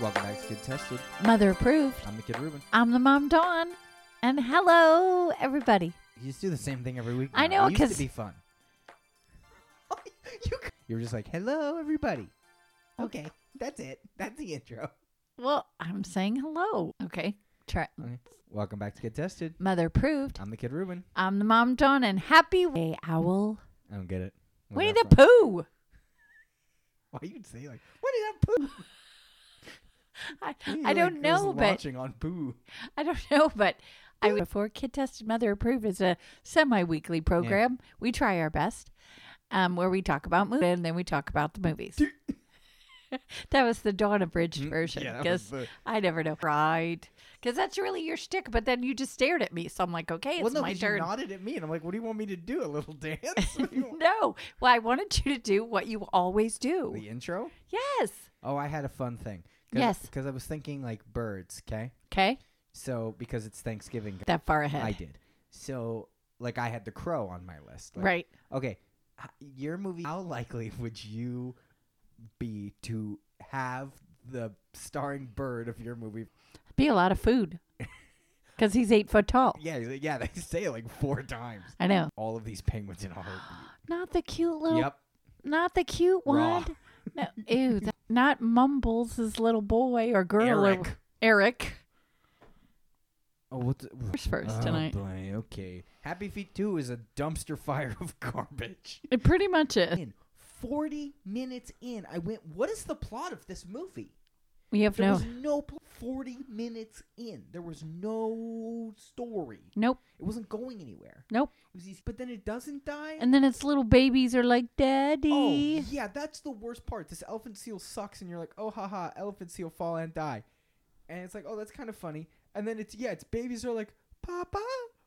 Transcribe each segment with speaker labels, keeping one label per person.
Speaker 1: Welcome back to Kid Tested.
Speaker 2: Mother approved.
Speaker 1: I'm the Kid Ruben.
Speaker 2: I'm the mom Dawn, and hello everybody.
Speaker 1: You just do the same thing every week.
Speaker 2: I
Speaker 1: now.
Speaker 2: know,
Speaker 1: It used
Speaker 2: 'cause-
Speaker 1: to be fun. you, were just like, hello, everybody. Okay, that's it. That's the intro.
Speaker 2: Well, I'm saying hello. Okay, try.
Speaker 1: Okay. Welcome back to Kid Tested.
Speaker 2: Mother approved.
Speaker 1: I'm the Kid Ruben.
Speaker 2: I'm the mom Dawn, and happy Way Owl.
Speaker 1: I don't get it. Where's
Speaker 2: Winnie
Speaker 1: that
Speaker 2: the
Speaker 1: from?
Speaker 2: Pooh.
Speaker 1: Why you'd say like, Winnie the Pooh?
Speaker 2: I,
Speaker 1: You,
Speaker 2: I don't
Speaker 1: like, was
Speaker 2: know, but
Speaker 1: launching on Pooh.
Speaker 2: I don't know, but I before Kid Tested Mother Approved is a semi-weekly program. We try our best, um, where we talk about movies and then we talk about the movies. that was the Dawn Abridged version
Speaker 1: Mm-hmm. yeah, that was
Speaker 2: because
Speaker 1: the-
Speaker 2: I never know. Right, because that's really your shtick. But then you just stared at me, so I'm like, okay, it's
Speaker 1: well, no,
Speaker 2: my
Speaker 1: 'cause you
Speaker 2: turn.
Speaker 1: nodded at me, and I'm like, what do you want me to do? A little dance? What do you want-
Speaker 2: No, well, I wanted you to do what you always do.
Speaker 1: the intro?
Speaker 2: Yes.
Speaker 1: Oh, I had a fun thing.
Speaker 2: Yes.
Speaker 1: Because I was thinking like birds, okay?
Speaker 2: Okay,
Speaker 1: So, because it's Thanksgiving,
Speaker 2: that far ahead.
Speaker 1: I did. So, like, I had the crow on my list. Like,
Speaker 2: Right.
Speaker 1: Okay. h- Your movie, how likely would you be to have the starring bird of your movie?
Speaker 2: Be a lot of food because he's eight foot tall.
Speaker 1: Yeah, yeah, they say it like four times.
Speaker 2: I know.
Speaker 1: All of these penguins in a heartbeat.
Speaker 2: Not the cute little
Speaker 1: Yep.
Speaker 2: Not the cute
Speaker 1: Raw.
Speaker 2: one. No, ew, that, not Mumbles, his little boy or girl. or-
Speaker 1: Eric.
Speaker 2: Eric.
Speaker 1: Oh, what the,
Speaker 2: Who's first
Speaker 1: Oh,
Speaker 2: tonight?
Speaker 1: boy, okay. Happy Feet 2 is a dumpster fire of garbage.
Speaker 2: It pretty much is.
Speaker 1: in 40 minutes in i went what is the plot of this movie
Speaker 2: We have
Speaker 1: there
Speaker 2: no.
Speaker 1: was no pl- 40 minutes in there was no story
Speaker 2: Nope.
Speaker 1: it wasn't going anywhere
Speaker 2: Nope.
Speaker 1: it was easy but then it doesn't die
Speaker 2: And then its little babies are like,
Speaker 1: oh
Speaker 2: Daddy.
Speaker 1: yeah that's the worst part this elephant seal sucks and you're like oh haha elephant seal fall and die and it's like oh that's kind of funny and then it's yeah its babies are like papa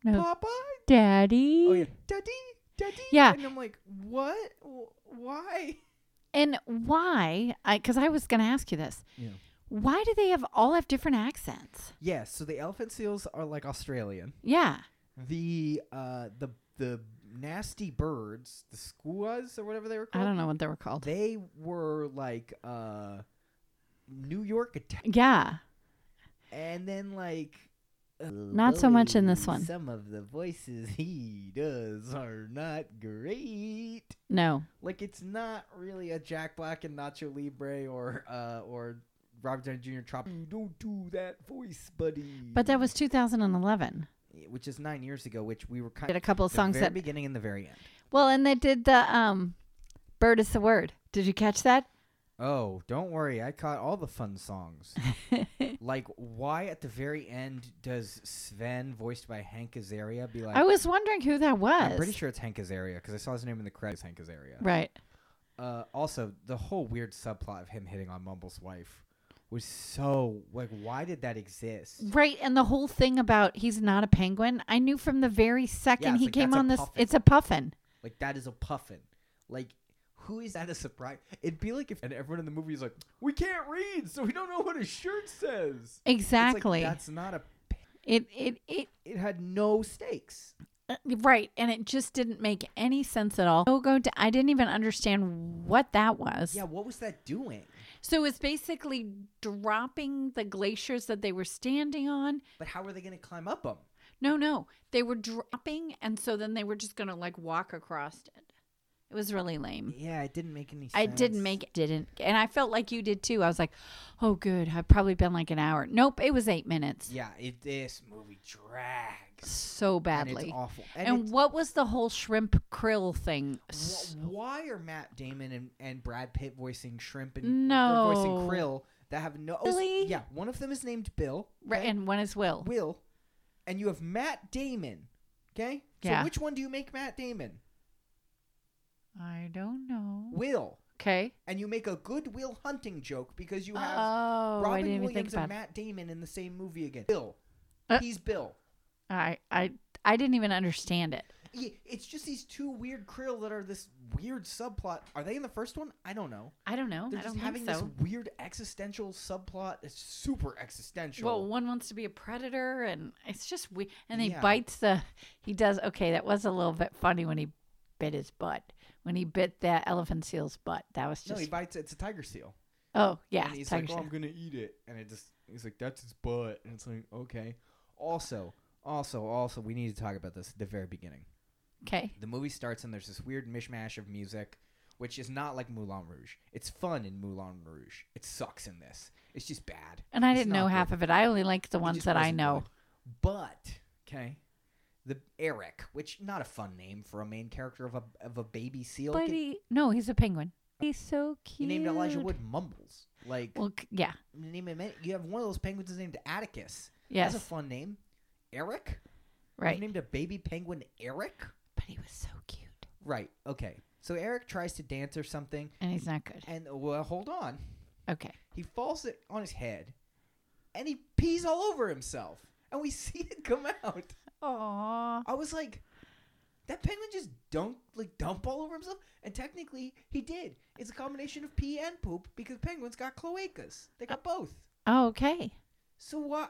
Speaker 2: No.
Speaker 1: papa
Speaker 2: Daddy.
Speaker 1: oh yeah daddy daddy
Speaker 2: Yeah.
Speaker 1: and i'm like what Wh- why
Speaker 2: And why? Because I, was going to ask you this.
Speaker 1: Yeah.
Speaker 2: Why do they have all have different accents?
Speaker 1: yeah so the elephant seals are like australian
Speaker 2: Yeah.
Speaker 1: the uh the the nasty birds, the skuas or whatever they were
Speaker 2: I
Speaker 1: called.
Speaker 2: don't know what they were called.
Speaker 1: They were like uh New York attack
Speaker 2: Yeah.
Speaker 1: and then like
Speaker 2: Not so much in this
Speaker 1: "Although
Speaker 2: one."
Speaker 1: Some of the voices he does are not great.
Speaker 2: No.
Speaker 1: Like it's not really a Jack Black and Nacho Libre or uh or Robert Downey Jr. Trop. Don't do that voice, buddy.
Speaker 2: Mm. But that was 2011.
Speaker 1: which is nine years ago, which we were kind
Speaker 2: Did a couple of
Speaker 1: the
Speaker 2: songs
Speaker 1: very
Speaker 2: that.
Speaker 1: beginning and the very end.
Speaker 2: Well, and they did the um, Bird is the Word. Did you catch that?
Speaker 1: Oh, don't worry. I caught all the fun songs. like, why at the very end does Sven, voiced by Hank Azaria, be like?
Speaker 2: I was wondering who that was.
Speaker 1: am pretty sure it's Hank Azaria because I saw his name in the credits. Hank Azaria.
Speaker 2: Right.
Speaker 1: Uh, also, the whole weird subplot of him hitting on Mumble's wife was so like, why did that exist?
Speaker 2: Right. And the whole thing about he's not a penguin, I knew from the very second
Speaker 1: it's
Speaker 2: he
Speaker 1: like,
Speaker 2: came
Speaker 1: that's a
Speaker 2: on this,
Speaker 1: puffin.
Speaker 2: it's a puffin.
Speaker 1: Like, that is a puffin. Like. Who is that a surprise? It'd be like if and everyone in the movie is like, "We can't read, so we don't know what his shirt says." It's like,
Speaker 2: Exactly.
Speaker 1: that's not a.
Speaker 2: it, it, it,
Speaker 1: It had no stakes.
Speaker 2: uh, right. And it just didn't make any sense at all. No go to, I didn't even understand what that was.
Speaker 1: Yeah, what was that doing?
Speaker 2: So it's basically dropping the glaciers that they were standing on.
Speaker 1: But how are they going to climb up them?
Speaker 2: No, no. They were dropping. And so then they were just going to like walk across it. It was really lame.
Speaker 1: Yeah, it didn't make any sense.
Speaker 2: I didn't make it. Didn't. And I felt like you did too. I was like, oh, good. I've probably been like an hour. Nope. It was eight minutes.
Speaker 1: Yeah, it, this movie drags.
Speaker 2: So
Speaker 1: And
Speaker 2: badly.
Speaker 1: it's awful.
Speaker 2: And,
Speaker 1: And, it's-
Speaker 2: what was the whole shrimp krill thing? S-
Speaker 1: wh- why are Matt Damon and, and Brad Pitt voicing shrimp and
Speaker 2: No.
Speaker 1: or voicing krill that have no. oh,
Speaker 2: Really?
Speaker 1: Yeah, one of them is named Bill.
Speaker 2: Right.
Speaker 1: okay?
Speaker 2: And one is Will.
Speaker 1: Will. And you have Matt Damon. Okay?
Speaker 2: Yeah.
Speaker 1: So which one do you make Matt Damon?
Speaker 2: I don't know.
Speaker 1: Will.
Speaker 2: Okay.
Speaker 1: And you make a good Will hunting joke because you
Speaker 2: Oh,
Speaker 1: have
Speaker 2: I
Speaker 1: Robin
Speaker 2: didn't even
Speaker 1: Williams
Speaker 2: think
Speaker 1: and
Speaker 2: about it.
Speaker 1: Matt Damon in the same movie again. Bill.
Speaker 2: Uh,
Speaker 1: He's Bill.
Speaker 2: I, I, I didn't even understand it.
Speaker 1: Yeah, it's just these two weird krill that are this weird subplot. Are they in the first one? I don't know.
Speaker 2: I don't know.
Speaker 1: They're
Speaker 2: I
Speaker 1: just
Speaker 2: don't
Speaker 1: having
Speaker 2: think so.
Speaker 1: this weird existential subplot. It's super existential.
Speaker 2: Well, one wants to be a predator, and it's just we. And he
Speaker 1: Yeah.
Speaker 2: bites the. He does okay. That was a little bit funny when he bit his butt. When he bit that elephant seal's butt, that was
Speaker 1: no,
Speaker 2: just
Speaker 1: he bites. It's a tiger seal.
Speaker 2: Oh yeah,
Speaker 1: and he's
Speaker 2: tiger
Speaker 1: like, "Oh,
Speaker 2: shark.
Speaker 1: I'm gonna eat it," and it just he's like, "That's his butt," and it's like, "Okay." Also, also, also, we need to talk about this at the very beginning. "Oh,
Speaker 2: Okay.
Speaker 1: The movie starts and there's this weird mishmash of music, which is not like Moulin Rouge. It's fun in Moulin Rouge. It sucks in this. It's just bad.
Speaker 2: And I
Speaker 1: It's
Speaker 2: didn't
Speaker 1: not
Speaker 2: know
Speaker 1: good.
Speaker 2: half of it. I only like the
Speaker 1: It
Speaker 2: ones
Speaker 1: just
Speaker 2: that I
Speaker 1: wasn't
Speaker 2: know.
Speaker 1: good. But okay, the Eric, which not a fun name for a main character of a of a baby seal.
Speaker 2: But
Speaker 1: Get-
Speaker 2: he, no, he's a penguin. He's so
Speaker 1: you
Speaker 2: cute.
Speaker 1: named Elijah Wood Mumbles. Like
Speaker 2: Well, c- yeah,
Speaker 1: name him. any- You have one of those penguins is named Atticus.
Speaker 2: yes,
Speaker 1: That's a fun name. Eric?
Speaker 2: right.
Speaker 1: You named a baby penguin Eric?
Speaker 2: but he was so cute,
Speaker 1: Right. Okay. So Eric tries to dance or something,
Speaker 2: and he's not good.
Speaker 1: and well, hold on.
Speaker 2: Okay,
Speaker 1: He falls it on his head, and he pees all over himself, and we see it come out.
Speaker 2: oh,
Speaker 1: I was like, that penguin just dumped like dump all over himself, and technically he did. It's a combination of pee and poop because penguins got cloacas. They got both.
Speaker 2: okay.
Speaker 1: So why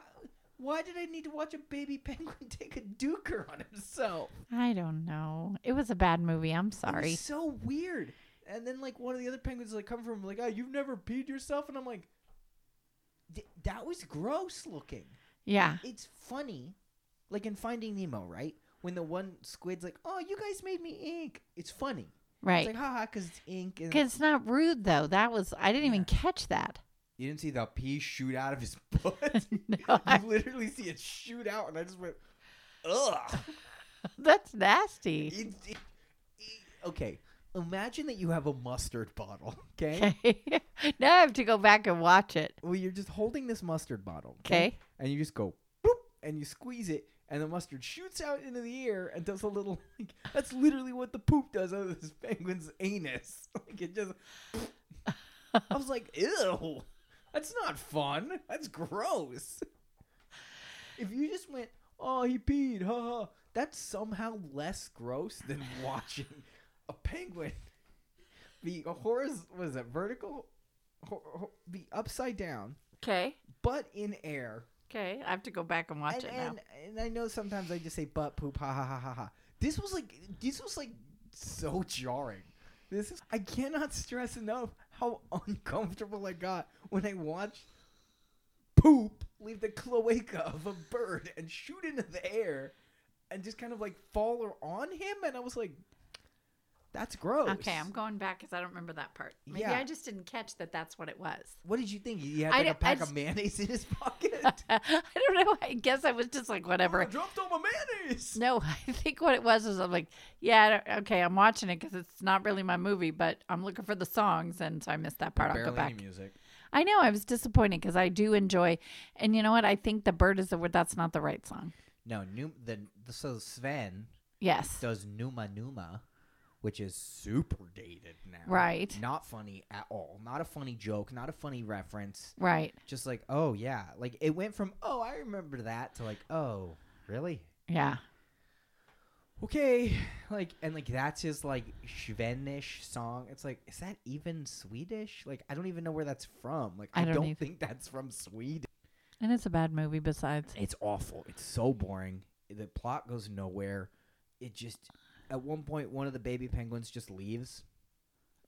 Speaker 1: why did I need to watch a baby penguin take a duker on himself?
Speaker 2: I don't know. It was a bad movie. I'm
Speaker 1: It was
Speaker 2: sorry.
Speaker 1: so weird. And then like one of the other penguins like come from like, oh, you've never peed yourself, and I'm like, D- that was gross looking.
Speaker 2: Yeah,
Speaker 1: It's funny, like in Finding Nemo, right? When the one squid's like, oh, you guys made me ink. It's funny. It's
Speaker 2: right.
Speaker 1: like haha, cause it's ink. And
Speaker 2: 'Cause it's not rude though. That was I didn't even
Speaker 1: Yeah.
Speaker 2: catch that.
Speaker 1: you didn't see the pee shoot out of his butt.
Speaker 2: No,
Speaker 1: you
Speaker 2: I-
Speaker 1: literally see it shoot out, and I just went, ugh.
Speaker 2: that's nasty.
Speaker 1: It- it- it- okay, imagine that you have a mustard bottle. Okay.
Speaker 2: Okay. now I have to go back and watch it.
Speaker 1: Well, you're just holding this mustard bottle.
Speaker 2: Okay.
Speaker 1: And you just go boop, and you squeeze it, and the mustard shoots out into the air and does a little. Like, that's literally what the poop does out of this penguin's anus. Like it just. I was like, ew, that's not fun. That's gross. If you just went, oh, he peed, ha ha, that's somehow less gross than watching a penguin be horiz- was it vertical, Hor- hor- be upside down,
Speaker 2: Okay.
Speaker 1: butt in air.
Speaker 2: Okay. I have to go back and
Speaker 1: And,
Speaker 2: watch it now.
Speaker 1: and and I know sometimes I just say butt poop, ha ha ha ha ha. This was like this was like so jarring. This is I cannot stress enough how uncomfortable I got when I watched poop leave the cloaca of a bird and shoot into the air and just kind of like fall on him and I was like that's gross.
Speaker 2: Okay, I'm going back because I don't remember that part. Maybe
Speaker 1: Yeah.
Speaker 2: I just didn't catch that that's what it was.
Speaker 1: What did you think? He had
Speaker 2: I
Speaker 1: like a
Speaker 2: don't- I
Speaker 1: pack
Speaker 2: just-
Speaker 1: of mayonnaise in his pocket.
Speaker 2: I don't know. I guess I was just like,
Speaker 1: I
Speaker 2: whatever.
Speaker 1: dropped all my mayonnaise.
Speaker 2: No, I think what it was is I'm like, yeah, I don't, okay, I'm watching it because it's not really my movie, but I'm looking for the songs, and so I missed that part. I'll go
Speaker 1: Barely
Speaker 2: back.
Speaker 1: any music.
Speaker 2: I know I was disappointed because I do enjoy, and you know what? I think the bird is the word. That's not the right song.
Speaker 1: No, Num- the, the so Sven
Speaker 2: Yes,
Speaker 1: does Numa Numa, which is super dated now.
Speaker 2: Right.
Speaker 1: Not funny at all. Not a funny joke. Not a funny reference.
Speaker 2: right.
Speaker 1: Just like, oh yeah, like it went from oh I remember that to like oh really
Speaker 2: Yeah,
Speaker 1: okay like and like that's his like Svenish song. It's like is that even Swedish? Like I don't even know where that's from. Like I,
Speaker 2: I don't
Speaker 1: don't
Speaker 2: either.
Speaker 1: think that's from Sweden.
Speaker 2: and it's a bad movie. Besides,
Speaker 1: It's awful. It's so boring. The plot goes nowhere. It just at one point one of the baby penguins just leaves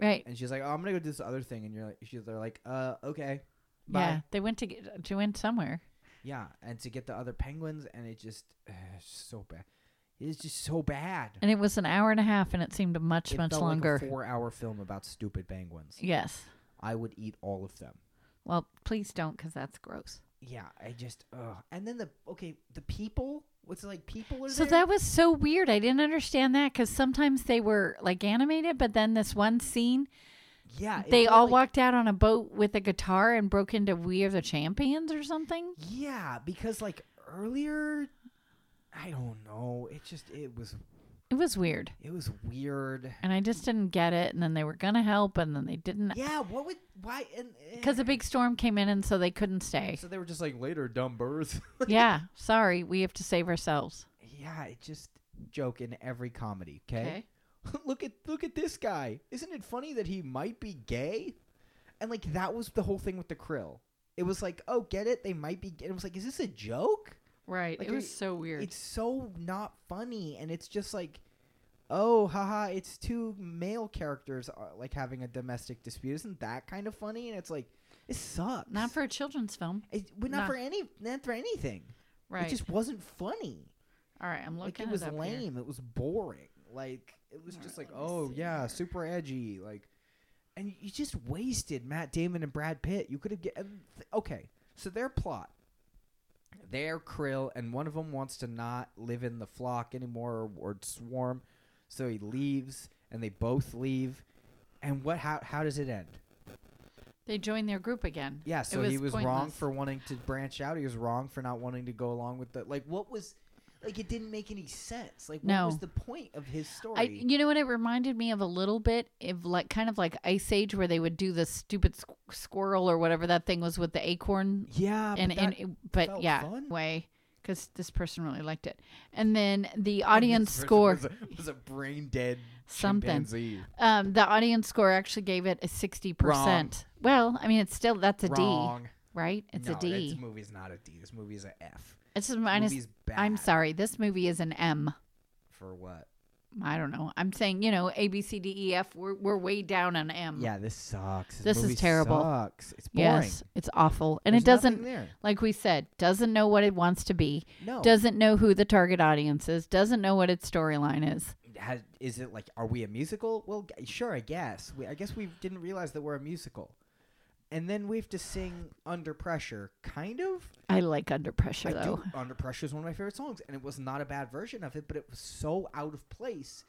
Speaker 2: right?
Speaker 1: and she's like, "Oh, I'm gonna go do this other thing," and you're like, she's they're like, "Uh, okay, bye."
Speaker 2: Yeah, they went to get to win somewhere.
Speaker 1: Yeah, and to get the other penguins, and it just uh, so bad. It's just so bad.
Speaker 2: And it was an hour and a half, and it seemed much,
Speaker 1: It
Speaker 2: much
Speaker 1: felt
Speaker 2: longer.
Speaker 1: Like a four-hour film about stupid penguins.
Speaker 2: yes.
Speaker 1: I would eat all of them.
Speaker 2: Well, please don't, because that's gross.
Speaker 1: Yeah, I just. Ugh. And then the okay, the people. What's it like? People are
Speaker 2: So
Speaker 1: there?
Speaker 2: that was so weird. I didn't understand that because sometimes they were like animated, but then this one scene,
Speaker 1: yeah, it
Speaker 2: they
Speaker 1: felt
Speaker 2: all
Speaker 1: like-
Speaker 2: walked out on a boat with a guitar and broke into "We Are the Champions" or something.
Speaker 1: Yeah, because like earlier, I don't know. It just it was
Speaker 2: It was weird,
Speaker 1: it was weird.
Speaker 2: and I just didn't get it. And then they were gonna help, and then they didn't
Speaker 1: Yeah, what would why and
Speaker 2: because a big storm came in, and so they couldn't stay.
Speaker 1: So they were just like later dumb birds.
Speaker 2: yeah, sorry, we have to save ourselves.
Speaker 1: yeah, it just joke in every comedy. Okay, look at look at this guy. Isn't it funny that he might be gay? And like that was the whole thing with the krill. It was like, oh, get it? They might be. Gay. It was like, is this a joke?
Speaker 2: right.
Speaker 1: Like,
Speaker 2: it was
Speaker 1: it-
Speaker 2: so weird.
Speaker 1: It's so not funny, and it's just like, oh, haha, it's two male characters uh, like having a domestic dispute. Isn't that kind of funny? And it's like, It sucks.
Speaker 2: Not for a children's film.
Speaker 1: It, but not,
Speaker 2: not-
Speaker 1: for any. Not for anything.
Speaker 2: Right.
Speaker 1: It just wasn't funny.
Speaker 2: All right, I'm
Speaker 1: like
Speaker 2: looking
Speaker 1: it was
Speaker 2: it up here.
Speaker 1: lame. It was boring. Like it was
Speaker 2: All
Speaker 1: just
Speaker 2: right,
Speaker 1: like,
Speaker 2: let me
Speaker 1: oh
Speaker 2: see
Speaker 1: yeah,
Speaker 2: here.
Speaker 1: super edgy. Like, and you just wasted Matt Damon and Brad Pitt. You could have get and th- okay. So their plot, they're Krill, and one of them wants to not live in the flock anymore or, or swarm, so he leaves, and they both leave. And what? How? How does it end?
Speaker 2: They joined their group again.
Speaker 1: Yeah, so he was wrong
Speaker 2: pointless.
Speaker 1: for wanting to branch out. He was wrong for not wanting to go along with the like. What was like? It didn't make any sense. Like, what
Speaker 2: No.
Speaker 1: was the point of his story?
Speaker 2: I, you know what it reminded me of a little bit of like kind of like Ice Age where they would do the stupid squ- squirrel or whatever that thing was with the acorn
Speaker 1: yeah,
Speaker 2: and
Speaker 1: but that-
Speaker 2: and it- but
Speaker 1: felt
Speaker 2: yeah
Speaker 1: fun.
Speaker 2: way because this person really liked it and then the
Speaker 1: and this
Speaker 2: audience
Speaker 1: person
Speaker 2: score
Speaker 1: was a, was a brain dead
Speaker 2: Something.
Speaker 1: chimpanzee.
Speaker 2: um the audience score actually gave it a 60% well i mean it's still that's a D,
Speaker 1: Wrong.
Speaker 2: right it's
Speaker 1: no,
Speaker 2: a d
Speaker 1: This movie's not a D. This movie is a F.
Speaker 2: it's a
Speaker 1: This
Speaker 2: minus
Speaker 1: movie's bad.
Speaker 2: i'm sorry this movie is an m
Speaker 1: for what?
Speaker 2: i don't know i'm saying you know a b c d e f we're, we're way down on m
Speaker 1: Yeah, this sucks.
Speaker 2: Mm. This is
Speaker 1: movie
Speaker 2: terrible.
Speaker 1: Sucks. It's boring.
Speaker 2: yes it's awful and it
Speaker 1: There's nothing
Speaker 2: doesn't
Speaker 1: There.
Speaker 2: like we said doesn't know what it wants to be
Speaker 1: No.
Speaker 2: doesn't know who the target audience is doesn't know what its storyline is
Speaker 1: has, is it like are we a musical well g- sure i guess we, i guess we didn't realize that we're a musical and then we have to sing under pressure kind of
Speaker 2: i like under pressure
Speaker 1: I
Speaker 2: though
Speaker 1: do, under pressure is one of my favorite songs and it was not a bad version of it but it was so out of place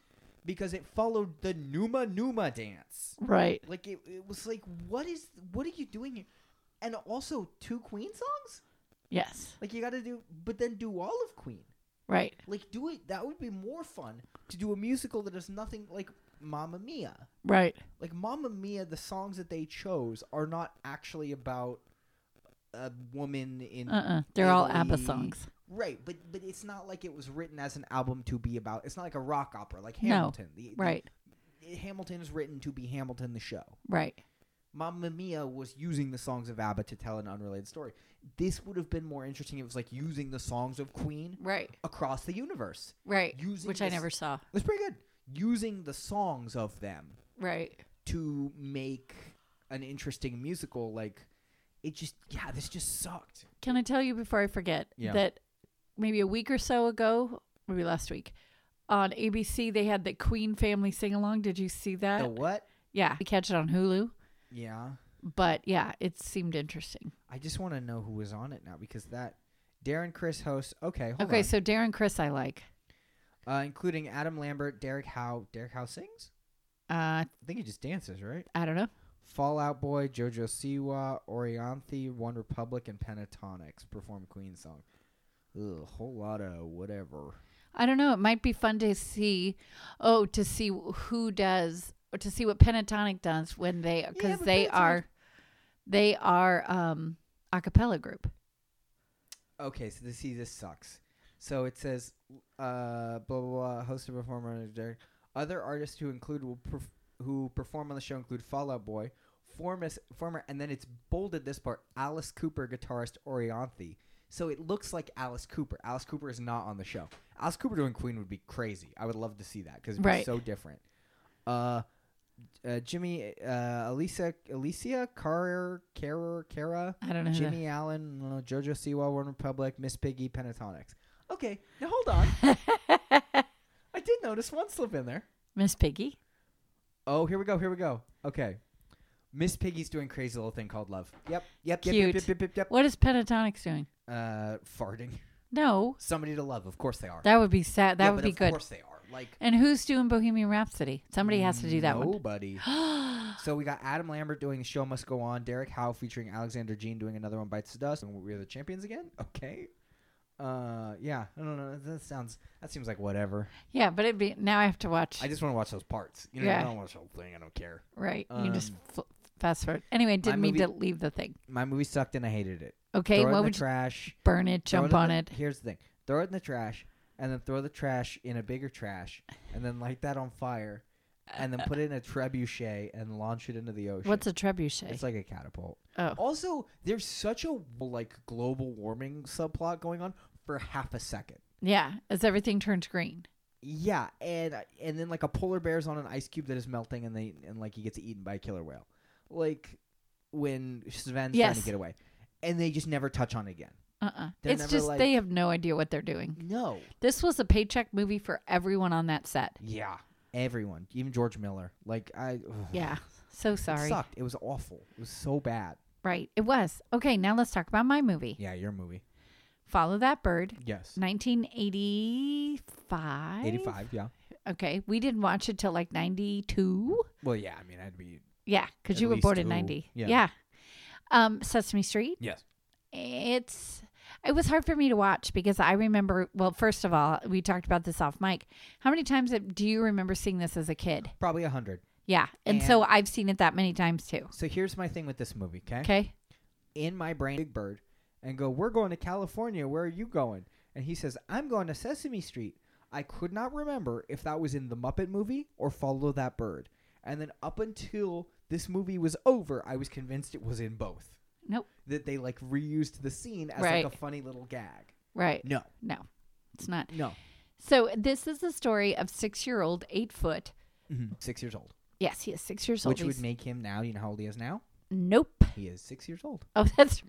Speaker 1: because it followed the numa numa dance
Speaker 2: right
Speaker 1: like it, it was like what is what are you doing here and also two queen songs
Speaker 2: yes
Speaker 1: like you gotta do but then do all of queen
Speaker 2: Right.
Speaker 1: like do it that would be more fun to do a musical that is nothing like mamma mia
Speaker 2: Right.
Speaker 1: like Mamma Mia, the songs that they chose are not actually about a woman in
Speaker 2: Uh. uh They're all ABBA
Speaker 1: Italy.
Speaker 2: songs.
Speaker 1: right, but but it's not like it was written as an album to be about. It's not like a rock opera like
Speaker 2: No.
Speaker 1: Hamilton. The- the-
Speaker 2: Right.
Speaker 1: Hamilton is written to be Hamilton the show.
Speaker 2: Right.
Speaker 1: Mamma Mia was using the songs of ABBA to tell an unrelated story. This would have been more interesting if it was like using the songs of Queen
Speaker 2: Right.
Speaker 1: across the universe.
Speaker 2: Right.
Speaker 1: Using
Speaker 2: Which I
Speaker 1: this-
Speaker 2: never saw.
Speaker 1: It was pretty good. Using the songs of them
Speaker 2: Right.
Speaker 1: to make an interesting musical. Like it just yeah, this just sucked.
Speaker 2: Can I tell you before I forget
Speaker 1: Yeah.
Speaker 2: that maybe a week or so ago, maybe last week, on ABC they had the Queen family sing along. Did you see that?
Speaker 1: the what?
Speaker 2: Yeah. We catch it on Hulu.
Speaker 1: Yeah.
Speaker 2: But yeah, it seemed interesting.
Speaker 1: I just want to know who was on it now because that Darren Chris hosts okay, hold
Speaker 2: okay,
Speaker 1: on.
Speaker 2: so Darren Chris I like.
Speaker 1: uh, including Adam Lambert, Derek Howe. Derek Howe sings?
Speaker 2: Uh
Speaker 1: I think he just dances, right?
Speaker 2: I don't know.
Speaker 1: Fallout Boy, Jojo Siwa, Orianthe, One Republic, and Pentatonics perform Queen song. Ugh, whole lot of whatever.
Speaker 2: I don't know. It might be fun to see, oh, to see who does, or to see what Pentatonic does when they, because
Speaker 1: but
Speaker 2: they
Speaker 1: Pentatonic-
Speaker 2: are, they are um a cappella group.
Speaker 1: Okay, so this see this sucks. So it says, uh, blah blah blah. Host and performer and director. Other artists who include will perf- who perform on the show include Fallout Boy, former former, and then it's bolded this part. Alice Cooper guitarist Orianthe. So it looks like Alice Cooper. Alice Cooper is not on the show. Alice Cooper doing Queen would be crazy. I would love to see that because it'd be
Speaker 2: Right.
Speaker 1: so different. Uh, uh, Jimmy, uh, Alicia, Alicia Carrer, Carrer, Cara.
Speaker 2: I don't know. who
Speaker 1: Jimmy Allen, uh, JoJo Siwa, One Republic, Miss Piggy, Pentatonics. Okay, now hold on.
Speaker 2: that-
Speaker 1: I did notice one slip in there.
Speaker 2: Miss Piggy.
Speaker 1: Oh, here we go. Here we go. Okay, Miss Piggy's doing crazy little thing called love. Yep, yep, yep, yep,
Speaker 2: Cute.
Speaker 1: yep, yep, yep, yep.
Speaker 2: What is Pentatonics doing?
Speaker 1: Uh, farting.
Speaker 2: No,
Speaker 1: Somebody to love. Of course they are.
Speaker 2: that would be sad. That
Speaker 1: Yeah,
Speaker 2: would
Speaker 1: but
Speaker 2: be
Speaker 1: of
Speaker 2: good.
Speaker 1: course they are. Like
Speaker 2: And who's doing Bohemian Rhapsody? Somebody has to do that one.
Speaker 1: Nobody. So we got Adam Lambert doing The Show Must Go On, Derek Howe featuring Alexander Jean doing another one bites the dust, and we're the champions again. Okay. Uh, yeah. I don't know. That sounds. That seems like whatever.
Speaker 2: yeah, but it'd be now I have to watch.
Speaker 1: I just want to watch those parts. You know,
Speaker 2: Yeah.
Speaker 1: I don't watch the whole thing. I don't care.
Speaker 2: right, you just
Speaker 1: um,
Speaker 2: fl- fast forward. Anyway, didn't mean
Speaker 1: movie-
Speaker 2: to leave the thing.
Speaker 1: My movie sucked and I hated it. throw it
Speaker 2: Okay,
Speaker 1: in
Speaker 2: what
Speaker 1: the
Speaker 2: would you
Speaker 1: trash.
Speaker 2: burn it?
Speaker 1: throw
Speaker 2: Jump
Speaker 1: in
Speaker 2: on
Speaker 1: the-
Speaker 2: it.
Speaker 1: Here's the thing: throw it in the trash, and then throw the trash in a bigger trash, and then light that on fire, and then put it in a trebuchet and launch it into the ocean.
Speaker 2: What's a trebuchet?
Speaker 1: It's like a catapult.
Speaker 2: oh.
Speaker 1: Also, there's such a like global warming subplot going on for half a second.
Speaker 2: Yeah, as everything turns green.
Speaker 1: Yeah, and and then like a polar bear's on an ice cube that is melting, and they and like he gets eaten by a killer whale. Like, when Sven's trying
Speaker 2: Yes.
Speaker 1: to get away, and they just never touch on it again.
Speaker 2: Uh uh
Speaker 1: They're
Speaker 2: It's
Speaker 1: never
Speaker 2: just
Speaker 1: like-
Speaker 2: they have no idea what they're doing.
Speaker 1: No.
Speaker 2: This was a paycheck movie for everyone on that set.
Speaker 1: Yeah. Everyone, even George Miller. Like I. ugh.
Speaker 2: Yeah. So
Speaker 1: It
Speaker 2: sorry.
Speaker 1: sucked. It was awful. It was so bad.
Speaker 2: Right. It was. Okay, now let's talk about my movie.
Speaker 1: Yeah, your movie.
Speaker 2: Follow That Bird,
Speaker 1: Yes.
Speaker 2: 1985.
Speaker 1: Eighty-five. Yeah.
Speaker 2: Okay. We didn't watch it till like 92.
Speaker 1: Well, yeah. I mean, I'd be.
Speaker 2: Yeah, because
Speaker 1: At
Speaker 2: you were
Speaker 1: least
Speaker 2: born in
Speaker 1: two.
Speaker 2: 90.
Speaker 1: Yeah.
Speaker 2: Um, Sesame Street.
Speaker 1: Yes.
Speaker 2: It's it was hard for me to watch because I remember well, first of all, we talked about this off mic. How many times do you remember seeing this as a kid?
Speaker 1: Probably a hundred.
Speaker 2: Yeah. And, so I've seen it that many times too.
Speaker 1: So here's my thing with this movie. Okay.
Speaker 2: Okay.
Speaker 1: In my brain, Big Bird, and go. We're going to California. Where are you going? And he says, I'm going to Sesame Street. I could not remember if that was in the Muppet movie or Follow That Bird. And then up until this movie was over, I was convinced it was in both.
Speaker 2: Nope.
Speaker 1: That they like reused the scene as
Speaker 2: Right.
Speaker 1: like a funny little gag.
Speaker 2: Right.
Speaker 1: No.
Speaker 2: No. It's not.
Speaker 1: No.
Speaker 2: So this is the story of six year old, eight foot.
Speaker 1: Mm-hmm. Six years old.
Speaker 2: Yes, he is six years old.
Speaker 1: Which would
Speaker 2: He's-
Speaker 1: make him now, you know how old he is now?
Speaker 2: nope.
Speaker 1: He is six years old.
Speaker 2: Oh, that's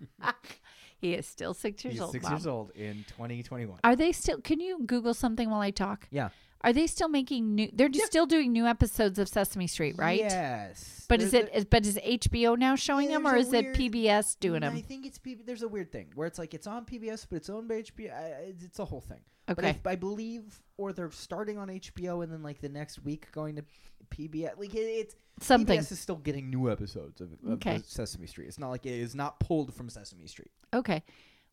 Speaker 2: he is still six years
Speaker 1: he is
Speaker 2: old.
Speaker 1: six
Speaker 2: Mom.
Speaker 1: years old in 2021.
Speaker 2: Are they still? Can you Google something while I talk?
Speaker 1: Yeah.
Speaker 2: Are they still making new? They're just still doing new episodes of Sesame Street, right?
Speaker 1: Yes.
Speaker 2: But
Speaker 1: There's
Speaker 2: is it? Is, but is HBO now showing
Speaker 1: Yeah,
Speaker 2: them,
Speaker 1: there's
Speaker 2: or
Speaker 1: a
Speaker 2: is it
Speaker 1: weird-
Speaker 2: PBS doing
Speaker 1: I
Speaker 2: them?
Speaker 1: think it's P- there's a weird thing where it's like it's on PBS but it's owned by HBO. I- I- It's, it's a whole thing. But
Speaker 2: Okay.
Speaker 1: if- I believe, or they're starting on HBO and then like the next week going to PBS. Like it, it's
Speaker 2: Something.
Speaker 1: PBS is still getting new episodes of, of
Speaker 2: Okay.
Speaker 1: the Sesame Street. It's not like it is not pulled from Sesame Street.
Speaker 2: Okay.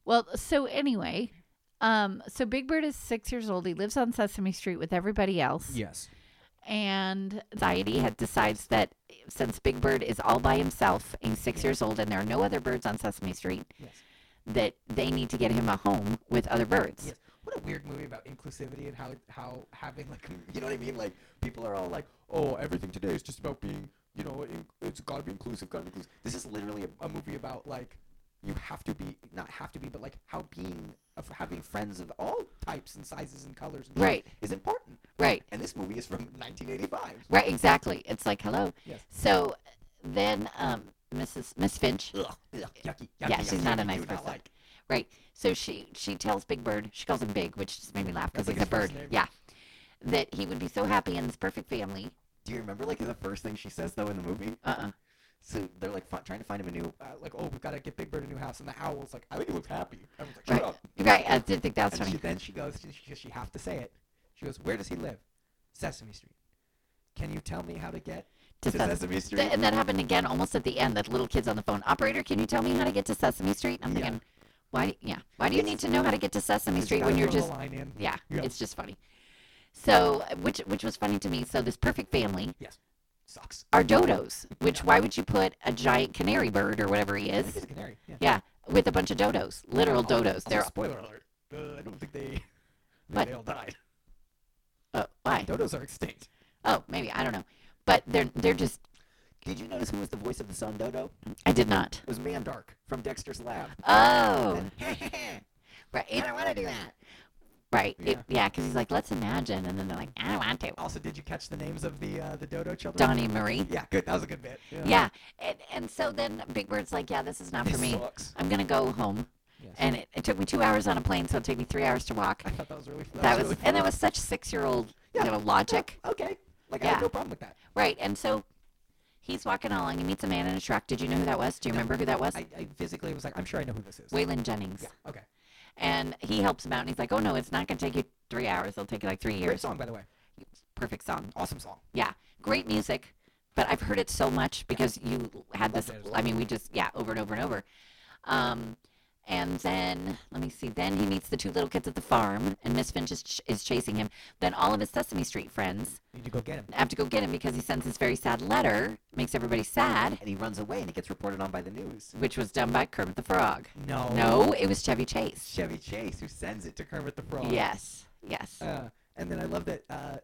Speaker 2: Well, so anyway, um, so Big Bird is six years old. He lives on Sesame Street with everybody else.
Speaker 1: Yes.
Speaker 2: and anxiety had decides that since Big Bird is all by himself and six years old and there are no other birds on Sesame Street,
Speaker 1: Yes.
Speaker 2: that they need to get him a home with other birds.
Speaker 1: Yes. What a weird movie about inclusivity and how how having like you know what I mean like people are all like
Speaker 3: oh, everything today is just about being, you know, in, it's got to be inclusive, got to be inclusive. This is literally a, a movie about like you have to be, not have to be, but like how being of having friends of all types and sizes and colors and
Speaker 2: Right.
Speaker 3: is important.
Speaker 2: Right.
Speaker 3: And this movie is from 1985.
Speaker 2: Right, exactly. It's like hello.
Speaker 3: Yes.
Speaker 2: So then um Mrs. Miss Finch
Speaker 3: Ugh, ugh, yucky, yucky,
Speaker 2: Yeah, she's
Speaker 3: yucky,
Speaker 2: not a
Speaker 3: yucky,
Speaker 2: nice
Speaker 3: do not
Speaker 2: person. Right. So she she tells Big Bird, she calls him Big, which just made me laugh because
Speaker 3: That's like
Speaker 2: he's a
Speaker 3: his
Speaker 2: bird.
Speaker 3: first name.
Speaker 2: Yeah. That he would be so happy in this perfect family.
Speaker 3: Do you remember like the first thing she says though in the movie?
Speaker 2: Uh-uh.
Speaker 3: So they're like fi- trying to find him a new, uh, like, oh, we've got to get Big Bird a new house, and the owl's like, I think he looks happy. I was like, shut
Speaker 2: Right.
Speaker 3: up.
Speaker 2: Right. I did think that was
Speaker 3: And she,
Speaker 2: funny.
Speaker 3: then she goes, she, she, she have to say it. She goes, where does he live? Sesame Street. Can you tell me how to get to
Speaker 2: Just that-
Speaker 3: Sesame Street?
Speaker 2: Th- and that happened again almost at the end. That little kid's on the phone. Operator, can you tell me how to get to Sesame Street? I'm
Speaker 3: Yeah.
Speaker 2: thinking, why? do- Yeah, why do you need to know how to get to Sesame
Speaker 3: Just
Speaker 2: Street
Speaker 3: gotta
Speaker 2: when you're
Speaker 3: throw the
Speaker 2: just?
Speaker 3: line in.
Speaker 2: Yeah,
Speaker 3: Yeah.
Speaker 2: it's just funny. So, which which was funny to me. So this perfect family
Speaker 3: Sucks.
Speaker 2: are dodos. Which why would you put a giant canary bird or whatever he
Speaker 3: I think it's
Speaker 2: is?
Speaker 3: a canary. Yeah.
Speaker 2: Yeah, with a bunch of dodos, literal
Speaker 3: Also-
Speaker 2: dodos.
Speaker 3: also,
Speaker 2: They're
Speaker 3: spoiler alert. Uh, I don't think they. I think
Speaker 2: What?
Speaker 3: They all died.
Speaker 2: oh, why?
Speaker 3: Dodos are extinct.
Speaker 2: Oh, maybe I don't know. But they're they're just.
Speaker 3: Did you notice who was the voice of the son Dodo?
Speaker 2: I did not.
Speaker 3: It was Mandark from Dexter's Lab.
Speaker 2: Oh,
Speaker 3: I
Speaker 2: right. It,
Speaker 3: don't want to do that.
Speaker 2: right.
Speaker 3: Yeah.
Speaker 2: It, yeah, because he's like, let's imagine, and then they're like, I don't want to.
Speaker 3: Also, did you catch the names of the uh, the Dodo children?
Speaker 2: Donnie Marie.
Speaker 3: Yeah, good. That was a good bit.
Speaker 2: Yeah. And, and so then Big Bird's like, yeah, this is not for
Speaker 3: This
Speaker 2: me.
Speaker 3: sucks.
Speaker 2: I'm going to go home.
Speaker 1: Yes.
Speaker 2: And it, it took me two hours on a plane, so it took me three hours to walk.
Speaker 3: I thought that was really.
Speaker 2: That was,
Speaker 3: really
Speaker 2: and that was such six year old you
Speaker 3: Yeah.
Speaker 2: know, logic.
Speaker 3: okay. Like I
Speaker 2: Yeah.
Speaker 3: have no problem with that.
Speaker 2: Right. And so he's walking along. He meets a man in a truck. Did you know who that was? Do you remember who that was?
Speaker 3: I, I physically was like, I'm sure I know who this is.
Speaker 2: Waylon Jennings.
Speaker 3: Yeah. Okay.
Speaker 2: And he helps him out, and he's like, oh, no, it's not going to take you three hours. It'll take you like three
Speaker 3: Great
Speaker 2: years.
Speaker 3: song, by the way.
Speaker 2: Perfect song.
Speaker 3: Awesome song.
Speaker 2: Yeah, great music, but I've heard it so much because you had this.
Speaker 3: Loved it as
Speaker 2: I mean, we just yeah, over and over and over. Um, and then let me see. Then he meets the two little kids at the farm, and Miss Finch is, ch- is chasing him. Then all of his Sesame Street friends
Speaker 3: Need to go get him.
Speaker 2: have to go get him because he sends this very sad letter, makes everybody sad,
Speaker 3: And he runs away and he gets reported on by the news.
Speaker 2: which was done by Kermit the Frog.
Speaker 3: No.
Speaker 2: No, it was Chevy Chase.
Speaker 3: Chevy Chase who sends it to Kermit the Frog.
Speaker 2: Yes, yes.
Speaker 3: Oh. Uh, and then I love that uh,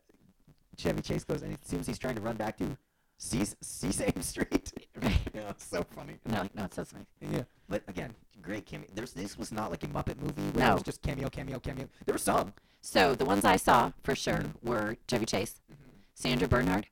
Speaker 3: Chevy Chase goes and it seems he's trying to run back to C Same Street. yeah, it's so funny.
Speaker 2: No, no, it's Sesame.
Speaker 3: Yeah. But again, great cameo. There's this was not like a Muppet movie where
Speaker 2: No.
Speaker 3: it was just cameo, cameo, cameo. There were some.
Speaker 1: Mm-hmm.
Speaker 2: So the ones I saw for sure were Chevy Chase, Sandra Bernhard,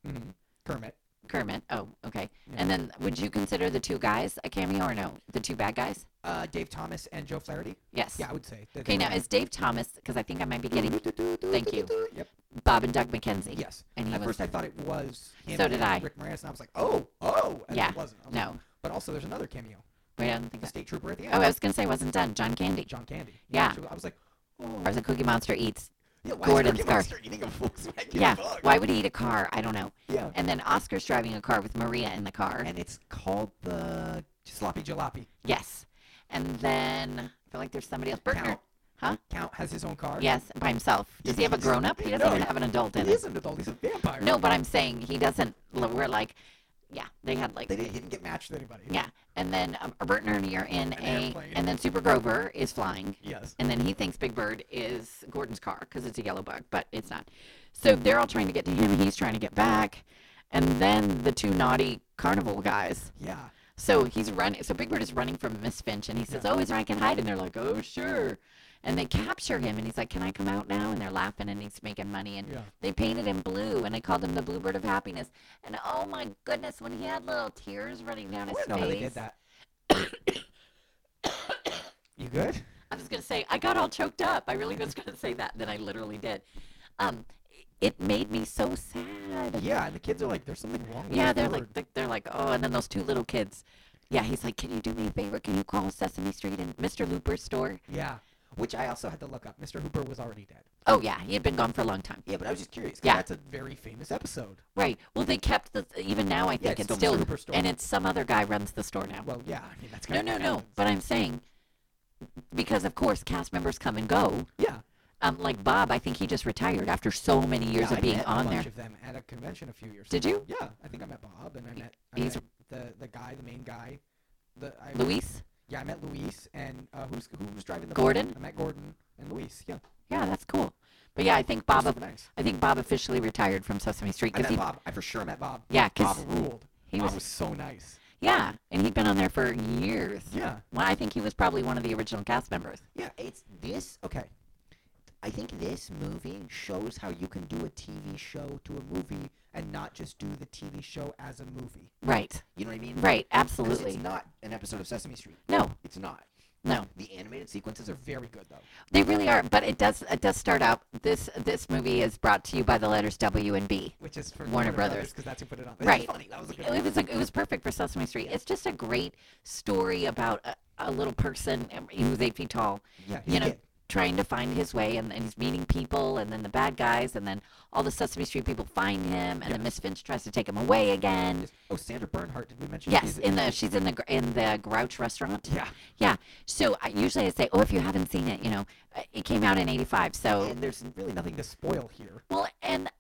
Speaker 3: Kermit.
Speaker 2: Kermit. Oh, okay.
Speaker 1: Yeah.
Speaker 2: And then would you consider the two guys a cameo or no? The two bad guys?
Speaker 1: Uh, Dave Thomas and Joe Flaherty.
Speaker 2: Yes.
Speaker 1: Yeah, I would say. that
Speaker 2: Okay,
Speaker 1: they
Speaker 2: now
Speaker 1: were-
Speaker 2: is Dave Thomas because I think I might be getting Thank you.
Speaker 1: Yep.
Speaker 2: Bob and Doug McKenzie.
Speaker 1: Yes.
Speaker 2: And he
Speaker 1: At
Speaker 2: was
Speaker 1: first, I thought it was. Him
Speaker 2: So did
Speaker 1: and
Speaker 2: I.
Speaker 1: Rick Moranis, and I was like, oh, oh, and
Speaker 2: Yeah.
Speaker 1: it wasn't. I was like,
Speaker 2: no.
Speaker 1: But also, there's another cameo.
Speaker 2: Wait, I don't think
Speaker 1: The
Speaker 2: that.
Speaker 1: state trooper at the end.
Speaker 2: Oh, I was gonna say it wasn't done. John Candy.
Speaker 1: John Candy.
Speaker 2: Yeah.
Speaker 1: she was- I was like, Oh.
Speaker 2: Or was it Cookie Monster eats?
Speaker 1: yeah, why is
Speaker 2: Gordon
Speaker 1: Cookie
Speaker 2: Scar-
Speaker 1: Monster eating a Volkswagen
Speaker 2: Yeah.
Speaker 1: bug?
Speaker 2: Why would he eat a car? I don't know.
Speaker 1: Yeah.
Speaker 2: And then Oscar's driving a car with Maria in the car.
Speaker 1: And it's called the Sloppy Jalopy.
Speaker 2: yes. And then I feel like there's somebody else. Bergner.
Speaker 1: Count.
Speaker 2: Huh?
Speaker 1: Count has his own car.
Speaker 2: Yes, by himself. Does he have a
Speaker 1: He's-
Speaker 2: grown up? He doesn't
Speaker 1: no,
Speaker 2: even
Speaker 1: he-
Speaker 2: have an adult
Speaker 1: He
Speaker 2: in it.
Speaker 1: is an adult. He's a vampire.
Speaker 2: No, but I'm saying he doesn't. We're like, yeah, they had like
Speaker 1: They didn't, he didn't get matched with anybody.
Speaker 2: Yeah, and then um, Bert and Ernie are in
Speaker 1: An
Speaker 2: a,
Speaker 1: airplane.
Speaker 2: and then Super Grover is flying,
Speaker 1: Yes.
Speaker 2: and then he thinks Big Bird is Gordon's car because it's a yellow bug, but it's not. So they're all trying to get to him, he's trying to get back, and then the two naughty carnival guys.
Speaker 1: Yeah.
Speaker 2: So he's running. So Big Bird is running from Miss Finch, and he says, "Oh, is there I can hide?" And they're like, "Oh, sure." And they capture him, and he's like, "Can I come out now?" And they're laughing, and he's making money, and
Speaker 1: Yeah.
Speaker 2: they painted him blue, and they called him the Bluebird of Happiness. And oh my goodness, when he had little tears running down
Speaker 1: I
Speaker 2: his
Speaker 1: don't know
Speaker 2: face,
Speaker 1: how they did that. you good?
Speaker 2: I was gonna say I got all choked up. I really was gonna say that, then I literally did. Um, it made me so sad.
Speaker 1: Yeah, and the kids are like, there's something wrong with
Speaker 2: Yeah,
Speaker 1: that
Speaker 2: they're
Speaker 1: bird.
Speaker 2: like they're like oh, and then those two little kids. Yeah, he's like, can you do me a favor? Can you call Sesame Street and Mr. Looper's store?
Speaker 1: Yeah. Which I also had to look up. Mr. Hooper was already dead.
Speaker 2: Oh yeah, he had been gone for a long time.
Speaker 1: Yeah, but I was just curious. 'cause
Speaker 2: Yeah.
Speaker 1: That's a very famous episode.
Speaker 2: Right. Well, they kept the even now. I
Speaker 1: Yeah,
Speaker 2: think
Speaker 1: it's
Speaker 2: it's
Speaker 1: still
Speaker 2: still,
Speaker 1: Mr. Looper's store.
Speaker 2: and it's some other guy runs the store now.
Speaker 1: Well, yeah. I mean, that's
Speaker 2: No,
Speaker 1: kind
Speaker 2: no, no. But I'm saying because of course cast members come and go.
Speaker 1: yeah.
Speaker 2: Um, like Bob, I think he just retired after so many years
Speaker 1: yeah,
Speaker 2: of
Speaker 1: I
Speaker 2: being
Speaker 1: met
Speaker 2: on
Speaker 1: a
Speaker 2: there.
Speaker 1: bunch of them at a convention a few years
Speaker 2: Did
Speaker 1: ago.
Speaker 2: you?
Speaker 1: Yeah. I think I met Bob and I met, I
Speaker 2: he's-
Speaker 1: met the, the guy, the main guy. The, I,
Speaker 2: Luis?
Speaker 1: Yeah, I met Luis and uh, who's who was driving the bus?
Speaker 2: Gordon?
Speaker 1: I met Gordon and Luis. Yeah,
Speaker 2: Yeah, that's cool. But yeah, I think
Speaker 1: Bob,
Speaker 2: Bob.
Speaker 1: super nice.
Speaker 2: I think Bob officially retired from Sesame Street
Speaker 1: I
Speaker 2: because
Speaker 1: met
Speaker 2: he,
Speaker 1: Bob. I for sure met Bob.
Speaker 2: yeah,
Speaker 1: Bob
Speaker 2: 'cause
Speaker 1: ruled.
Speaker 2: he
Speaker 1: Bob
Speaker 2: was,
Speaker 1: was so nice.
Speaker 2: yeah, and he'd been on there for years.
Speaker 1: Yeah,
Speaker 2: Well, I think he was probably one of the original cast members.
Speaker 1: yeah. It's this. Okay, I think this movie shows how you can do a TV show to a movie and not just do the TV show as a movie.
Speaker 2: Right.
Speaker 1: You know what I mean?
Speaker 2: Right.
Speaker 1: 'Cause
Speaker 2: Absolutely.
Speaker 1: It's not an episode of Sesame Street.
Speaker 2: no.
Speaker 1: It's not.
Speaker 2: No.
Speaker 1: The animated sequences are very good though.
Speaker 2: They really are, but it does it does start out. This this movie is brought to you by the letters W and B.
Speaker 1: Which is for
Speaker 2: Warner Brothers.
Speaker 1: because that's who put it on. It's
Speaker 2: Right.
Speaker 1: Funny. That was a good.
Speaker 2: It was a, it was perfect for Sesame Street. It's just a great story about a, a little person um, who's eight feet tall
Speaker 1: Yeah. he
Speaker 2: you know,
Speaker 1: did.
Speaker 2: trying to find his way, and, and he's meeting people, and then the bad guys, and then all the Sesame Street people find him, and then Miss Finch tries to take him away again.
Speaker 1: Yes. Oh, Sandra Bernhardt. Did we mention?
Speaker 2: Yes,
Speaker 1: she's-
Speaker 2: in the she's in the gr- in the Grouch restaurant.
Speaker 1: Yeah.
Speaker 2: Yeah. So I, usually I say, oh, if you haven't seen it, you know, uh, it came out in '85. So
Speaker 1: And there's really nothing to spoil here.
Speaker 2: well, and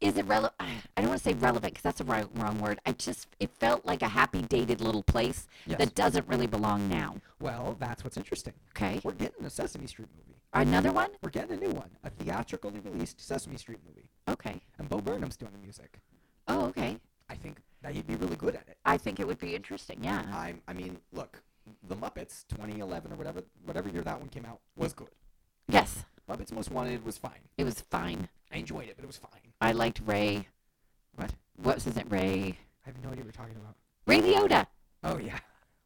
Speaker 2: is it relevant? I don't want to say relevant because that's the right, wrong word. I just it felt like a happy dated little place
Speaker 1: Yes.
Speaker 2: that doesn't really belong now.
Speaker 1: Well, that's what's interesting.
Speaker 2: Okay,
Speaker 1: We're getting a Sesame Street movie.
Speaker 2: another one.
Speaker 1: We're getting a new one, a theatrically released Sesame Street movie.
Speaker 2: Okay.
Speaker 1: And Bo Burnham's doing the music.
Speaker 2: Oh, okay.
Speaker 1: I think that he'd be really good at it.
Speaker 2: I think it would be interesting. Yeah.
Speaker 1: I'm, I mean, look, The Muppets, 2011 or whatever, whatever year that one came out, was good.
Speaker 2: Yes,
Speaker 1: Muppets Most Wanted was fine.
Speaker 2: it was fine.
Speaker 1: I enjoyed it, but it was fine.
Speaker 2: I liked Ray.
Speaker 1: What?
Speaker 2: What was his name? Ray.
Speaker 1: I have no idea what you're talking about.
Speaker 2: Ray Liotta.
Speaker 1: Oh yeah.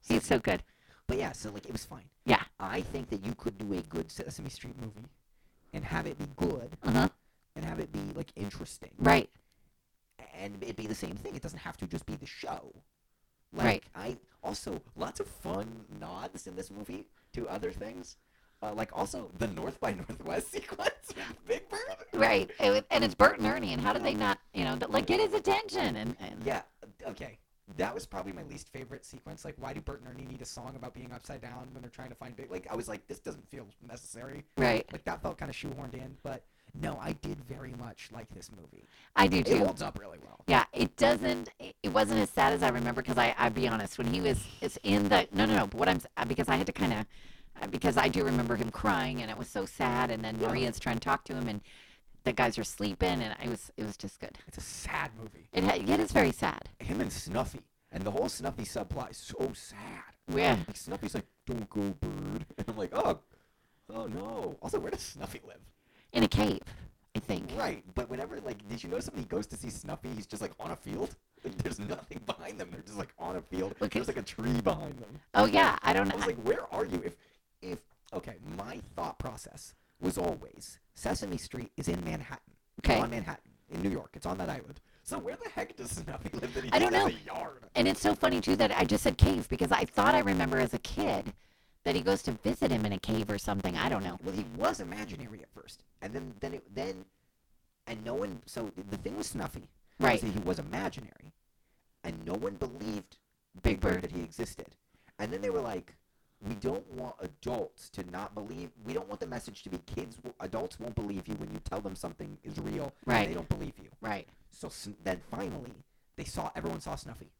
Speaker 2: He's so good.
Speaker 1: But yeah, so like it was fine.
Speaker 2: Yeah.
Speaker 1: I think that you could do a good Sesame Street movie, and have it be good,
Speaker 2: Uh huh.
Speaker 1: and have it be like interesting.
Speaker 2: Right.
Speaker 1: and it'd be the same thing. It doesn't have to just be the show.
Speaker 2: Right.
Speaker 1: Like I also lots of fun nods in this movie to other things, uh, like also the North by Northwest sequence with Big Bird.
Speaker 2: Right. It was- and it's Bert and Ernie, and how did they not, you know, th- like get his attention? And, and
Speaker 1: Yeah. Okay. That was probably my least favorite sequence. Like, why do Bert and Ernie need a song about being upside down when they're trying to find Big? Like, I was like, this doesn't feel necessary.
Speaker 2: Right.
Speaker 1: Like that felt kind of shoehorned in. But no, I did very much like this movie.
Speaker 2: I do
Speaker 1: It
Speaker 2: too.
Speaker 1: holds up really well.
Speaker 2: Yeah, it doesn't. It it wasn't as sad as I remember because I, I'll be honest, when he was is in the no, no, no. But what I'm s- uh, because I had to kind of because I do remember him crying and it was so sad. And then
Speaker 1: Yeah.
Speaker 2: Maria's trying to talk to him, and the guys are sleeping, and it was it was just good.
Speaker 1: It's a sad movie.
Speaker 2: It ha- it is very sad.
Speaker 1: Him and Snuffy, and the whole Snuffy subplot is so sad.
Speaker 2: Yeah.
Speaker 1: Like Snuffy's like, "Don't go, bird," and I'm like, "Oh, oh no." Also, where does Snuffy live?
Speaker 2: in a cave, I think.
Speaker 1: Right, but whenever like, did you notice when he goes to see Snuffy, he's just like on a field. Like, there's nothing behind them. They're just like on a field. there's like a tree behind them.
Speaker 2: Oh yeah, I don't
Speaker 1: I
Speaker 2: know.
Speaker 1: was like, where are you? If, if okay, my thought process was always Sesame Street is in Manhattan. It's
Speaker 2: Okay.
Speaker 1: on Manhattan in New York. It's on that island. So where the heck does Snuffy live? That he
Speaker 2: I
Speaker 1: just
Speaker 2: don't know.
Speaker 1: Has a yard.
Speaker 2: And it's so funny too that I just said cave because I thought I remember as a kid that he goes to visit him in a cave or something. I don't know.
Speaker 1: Well, he was imaginary at first, and then then it then, and no one. So the thing with Snuffy, was
Speaker 2: Right.
Speaker 1: that he was imaginary, and no one believed Big Bird that he existed. And then they were like, we don't want adults to not believe. We don't want the message to be kids. will- Adults won't believe you when you tell them something is real. and
Speaker 2: Right.
Speaker 1: They don't believe you.
Speaker 2: Right.
Speaker 1: So sn- then finally, they saw everyone saw Snuffy.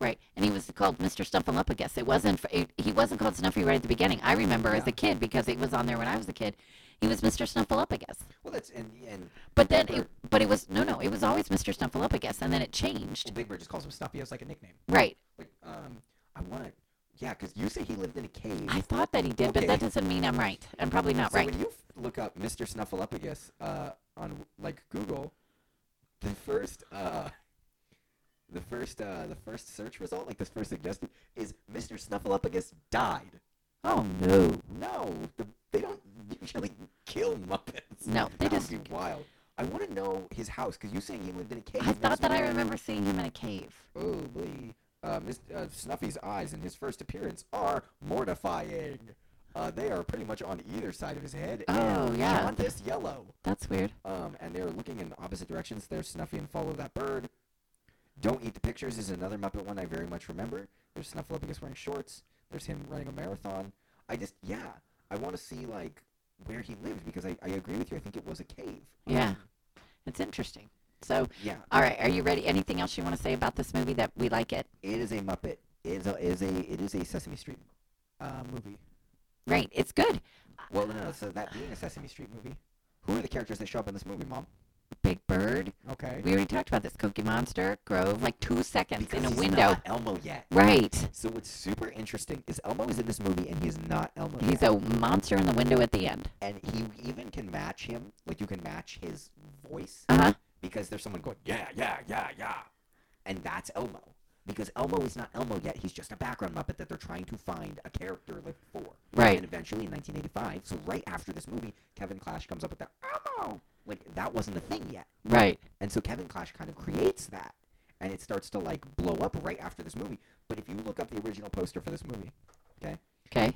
Speaker 2: Right. And he was called Mr. Snuffleupagus. It wasn't it, he wasn't called Snuffy right at the beginning. I remember as
Speaker 1: Yeah.
Speaker 2: a kid because it was on there when I was a kid. He was Mr. Snuffleupagus.
Speaker 1: Well, that's and and
Speaker 2: But then
Speaker 1: Big
Speaker 2: it,
Speaker 1: Bird,
Speaker 2: but it was no no, it was always Mr. Snuffleupagus and then it
Speaker 1: well,
Speaker 2: changed.
Speaker 1: Big Bird just calls him Snuffy as like a nickname.
Speaker 2: Right.
Speaker 1: Like um, I want to. Yeah, because you say he lived in a cave.
Speaker 2: I thought that he did, but that
Speaker 1: Okay.
Speaker 2: doesn't mean I'm right. I'm probably not
Speaker 1: so
Speaker 2: right.
Speaker 1: when you f- look up Mr. Snuffleupagus uh, on like Google, the first uh, the first uh, the first search result, like the first suggested, is Mr. Snuffleupagus died.
Speaker 2: Oh no.
Speaker 1: No, the, they don't usually kill Muppets.
Speaker 2: No, they
Speaker 1: that
Speaker 2: just
Speaker 1: would be wild. I want to know his house because you saying he lived in a cave.
Speaker 2: I thought that I
Speaker 1: remember.
Speaker 2: remember seeing him in a cave.
Speaker 1: Oh, Lee. Uh, Miss, uh, Snuffy's eyes in his first appearance are mortifying. Uh, they are pretty much on either side of his head.
Speaker 2: Oh,
Speaker 1: and
Speaker 2: yeah.
Speaker 1: Jaundiced yellow.
Speaker 2: That's weird.
Speaker 1: Um, and they're looking in opposite directions. There's Snuffy and Follow That Bird. Don't Eat the Pictures is another Muppet one I very much remember. There's Snuffleupagus wearing shorts. There's him running a marathon. I just, yeah, I want to see, like, where he lived because I, I agree with you. I think it was a cave.
Speaker 2: Yeah. It's interesting. So,
Speaker 1: Yeah.
Speaker 2: all right, are you ready? Anything else you want to say about this movie that we like it?
Speaker 1: It is a Muppet. It is a, is a, it is a Sesame Street uh, movie.
Speaker 2: Right, it's good.
Speaker 1: Well, no, no, so that being a Sesame Street movie, who are the characters that show up in this movie, Mom?
Speaker 2: Big Bird.
Speaker 1: Okay.
Speaker 2: We already talked about this Cookie Monster, Grove, like two seconds
Speaker 1: Because
Speaker 2: in a
Speaker 1: he's
Speaker 2: window.
Speaker 1: not Elmo yet.
Speaker 2: Right.
Speaker 1: So what's super interesting is Elmo is in this movie and he's not Elmo.
Speaker 2: He's
Speaker 1: yet.
Speaker 2: a monster in the window at the end.
Speaker 1: and he even can match him. Like you can match his voice
Speaker 2: Uh-huh.
Speaker 1: because there's someone going yeah yeah yeah yeah, and that's Elmo because Elmo is not Elmo yet. He's just a background Muppet that they're trying to find a character like for.
Speaker 2: Right.
Speaker 1: And eventually in 1985, so right after this movie, Kevin Clash comes up with the Elmo. Like that wasn't a thing yet.
Speaker 2: Right.
Speaker 1: And so Kevin Clash kind of creates that. And it starts to like blow up right after this movie. But if you look up the original poster for this movie, okay?
Speaker 2: Okay.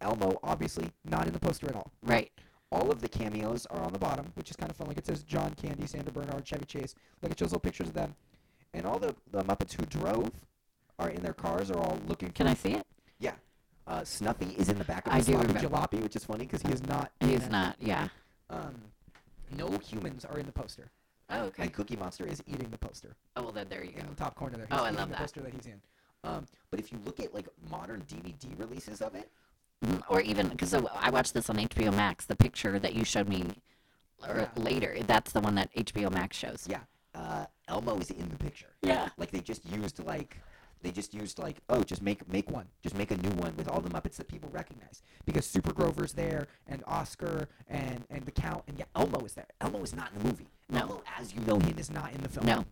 Speaker 1: Elmo obviously not in the poster at all.
Speaker 2: Right.
Speaker 1: All of the cameos are on the bottom, which is kind of fun. Like it says John Candy, Sandra Bernard, Chevy Chase. Like it shows little pictures of them. And all the, the Muppets who drove are in their cars are all looking
Speaker 2: Can I see it?
Speaker 1: Yeah. Uh, Snuffy is in the back of
Speaker 2: I
Speaker 1: the
Speaker 2: do
Speaker 1: sloppy
Speaker 2: remember.
Speaker 1: jalopy, which is funny because he is not. in
Speaker 2: He's
Speaker 1: it.
Speaker 2: not. Yeah.
Speaker 1: Um, no humans are in the poster.
Speaker 2: Oh, okay.
Speaker 1: And Cookie Monster is eating the poster
Speaker 2: Oh, well, then there you
Speaker 1: in
Speaker 2: go.
Speaker 1: the top corner there.
Speaker 2: Oh,
Speaker 1: He's
Speaker 2: I
Speaker 1: eating
Speaker 2: love
Speaker 1: the
Speaker 2: that.
Speaker 1: poster that he's in. Um, but if you look at like modern DVD releases of it,
Speaker 2: Mm, Or even because I watched this on HBO Max, the picture that you showed me or
Speaker 1: Yeah.
Speaker 2: later, that's the one that HBO Max shows.
Speaker 1: yeah, uh, Elmo is in the picture.
Speaker 2: Yeah.
Speaker 1: Like they just used like they just used like oh just make make one just make a new one with all the Muppets that people recognize because Super Grover's there and Oscar and and the Count and yeah Elmo is there. Elmo is not in the movie.
Speaker 2: No.
Speaker 1: Elmo as you know him is not in the film.
Speaker 2: No.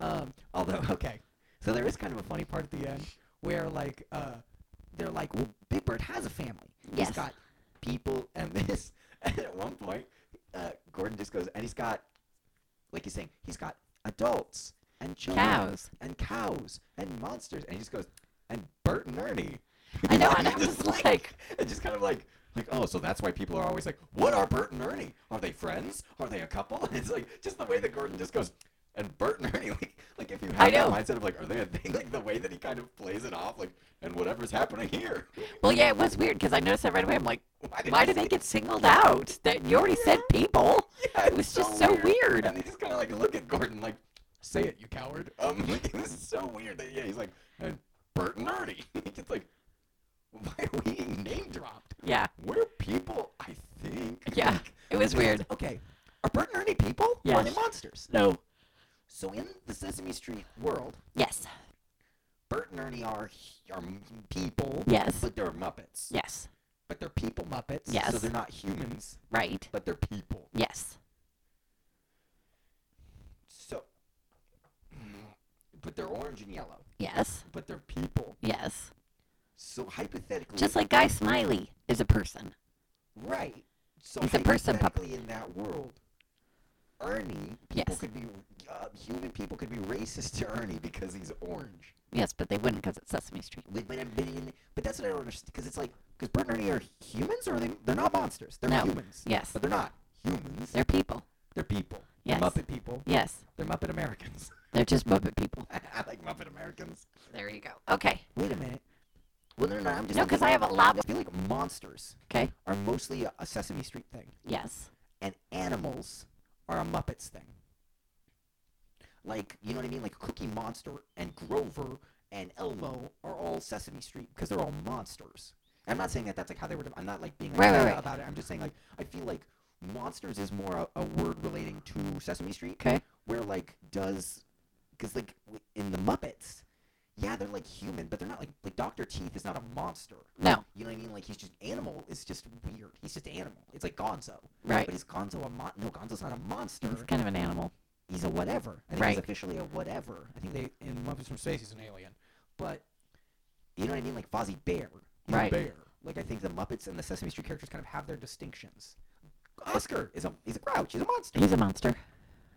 Speaker 1: Um, although, okay, so there is kind of a funny part at the end where like uh, they're like, well, Big Bird has a family.
Speaker 2: Yes.
Speaker 1: He's got people and this. And at one point, uh, Gordon just goes, and he's got, like he's saying, he's got adults and children
Speaker 2: Cows.
Speaker 1: and cows and monsters, and he just goes, and Bert and Ernie.
Speaker 2: I know, and I
Speaker 1: Just
Speaker 2: was like-
Speaker 1: and just kind of like. Like oh, so that's why people are always like, "What are Bert and Ernie? Are they friends? Are they a couple?" And it's like just the way that Gordon just goes, and Bert and Ernie, like, like if you have
Speaker 2: know.
Speaker 1: that mindset of like, are they a thing? Like the way that he kind of plays it off, like, and whatever's happening here.
Speaker 2: Well, yeah, it was weird because I noticed that right away. I'm like,
Speaker 1: did
Speaker 2: why
Speaker 1: I
Speaker 2: did they
Speaker 1: say-
Speaker 2: get singled out? That you already said people.
Speaker 1: Yeah,
Speaker 2: It was just so weird.
Speaker 1: And they just kind of like look at Gordon, like, say it, you coward. Um, like, it was so weird that yeah, he's like, and Bert and Ernie. it's like, why are we name dropped?
Speaker 2: Yeah,
Speaker 1: We're people, I think.
Speaker 2: Yeah,
Speaker 1: Like,
Speaker 2: it was weird.
Speaker 1: Okay, are Bert and Ernie people? Or are they
Speaker 2: Yes.
Speaker 1: monsters?
Speaker 2: No.
Speaker 1: So in the Sesame Street world,
Speaker 2: Yes.
Speaker 1: Bert and Ernie are are people.
Speaker 2: Yes.
Speaker 1: But they're Muppets.
Speaker 2: Yes.
Speaker 1: But they're people Muppets.
Speaker 2: Yes.
Speaker 1: So they're not humans,
Speaker 2: Right.
Speaker 1: but they're people.
Speaker 2: Yes.
Speaker 1: So
Speaker 3: orange and yellow,
Speaker 4: Yes.
Speaker 3: but they're people.
Speaker 4: Yes.
Speaker 3: So hypothetically,
Speaker 4: Just like Guy Smiley is a person.
Speaker 3: right. So
Speaker 4: He's a person puppet.
Speaker 3: hypothetically in that world, Ernie people
Speaker 4: Yes.
Speaker 3: could be uh, human people could be racist to Ernie because he's orange.
Speaker 4: Yes, but they wouldn't because it's Sesame Street.
Speaker 3: They might have been in, but that's what I don't understand because it's like because Bert and Ernie are humans or are they? They're not monsters. They're
Speaker 4: No.
Speaker 3: humans.
Speaker 4: Yes.
Speaker 3: but they're not humans.
Speaker 4: They're people.
Speaker 3: They're people.
Speaker 4: Yes.
Speaker 3: They're Muppet people.
Speaker 4: Yes.
Speaker 3: They're Muppet Americans.
Speaker 4: They're just Muppet people.
Speaker 3: I like Muppet Americans.
Speaker 4: There you go. Okay.
Speaker 3: Wait a minute. Well, no, no, no, I'm just
Speaker 4: No, 'cause I have a lot-
Speaker 3: I feel like monsters
Speaker 4: Okay.
Speaker 3: are mostly a, a Sesame Street thing,
Speaker 4: Yes.
Speaker 3: and animals are a Muppets thing. Like, you know what I mean? Like Cookie Monster and Grover and Elmo are all Sesame Street because they're all monsters. I'm not saying that that's like how they were. de- I'm not like being like,
Speaker 4: Right, right,
Speaker 3: meta
Speaker 4: right.
Speaker 3: about it. I'm just saying like I feel like monsters is more a, a word relating to Sesame Street.
Speaker 4: Okay.
Speaker 3: Where like does because like w- in the Muppets, yeah, they're like human, but they're not like like Doctor Teeth is not a monster.
Speaker 4: No.
Speaker 3: You know what I mean? Like he's just animal. It's just weird. He's just animal. It's like Gonzo.
Speaker 4: Right.
Speaker 3: But is Gonzo a mon? No, Gonzo's not a monster.
Speaker 4: It's kind of an animal.
Speaker 3: He's a whatever. I think
Speaker 4: Right.
Speaker 3: he's officially a whatever. I think they in Muppets from Space he's an alien. But you know what I mean? Like Fozzie Bear. He's a
Speaker 4: Right.
Speaker 3: bear. Like I think the Muppets and the Sesame Street characters kind of have their distinctions. Oscar is a he's a grouch. He's a monster.
Speaker 4: He's a monster.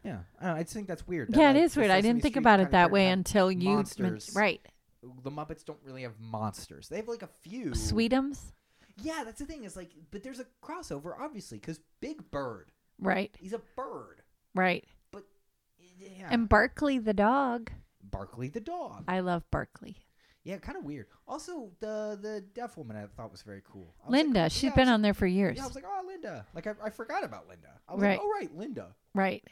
Speaker 1: Yeah, I, don't know, I just think that's weird. that,
Speaker 2: yeah, it
Speaker 1: like,
Speaker 2: is
Speaker 1: the
Speaker 2: weird. I
Speaker 1: Sesame
Speaker 2: didn't think
Speaker 1: Street
Speaker 2: about
Speaker 1: kind
Speaker 2: it
Speaker 1: of
Speaker 2: that
Speaker 1: characters
Speaker 2: way
Speaker 1: have-
Speaker 2: until you men-
Speaker 1: monsters.
Speaker 2: right.
Speaker 1: the Muppets don't really have monsters. They have like a few.
Speaker 2: Sweetums.
Speaker 1: Yeah, that's the thing. Is like, but there's a crossover, obviously, because Big Bird.
Speaker 2: Right.
Speaker 1: He's a bird.
Speaker 2: Right.
Speaker 1: Yeah.
Speaker 2: And Barkley the dog.
Speaker 1: Barkley the dog.
Speaker 2: I love Barkley.
Speaker 1: Yeah, kind of weird. Also, the the deaf woman I thought was very cool. I was like, oh,
Speaker 2: Linda.
Speaker 1: yeah,
Speaker 2: she's
Speaker 1: I
Speaker 2: been
Speaker 1: was-
Speaker 2: on there for years.
Speaker 1: Yeah, I was like, oh, Linda. Like, I, I forgot about Linda. I was
Speaker 2: Right.
Speaker 1: like, oh, right, Linda.
Speaker 2: right.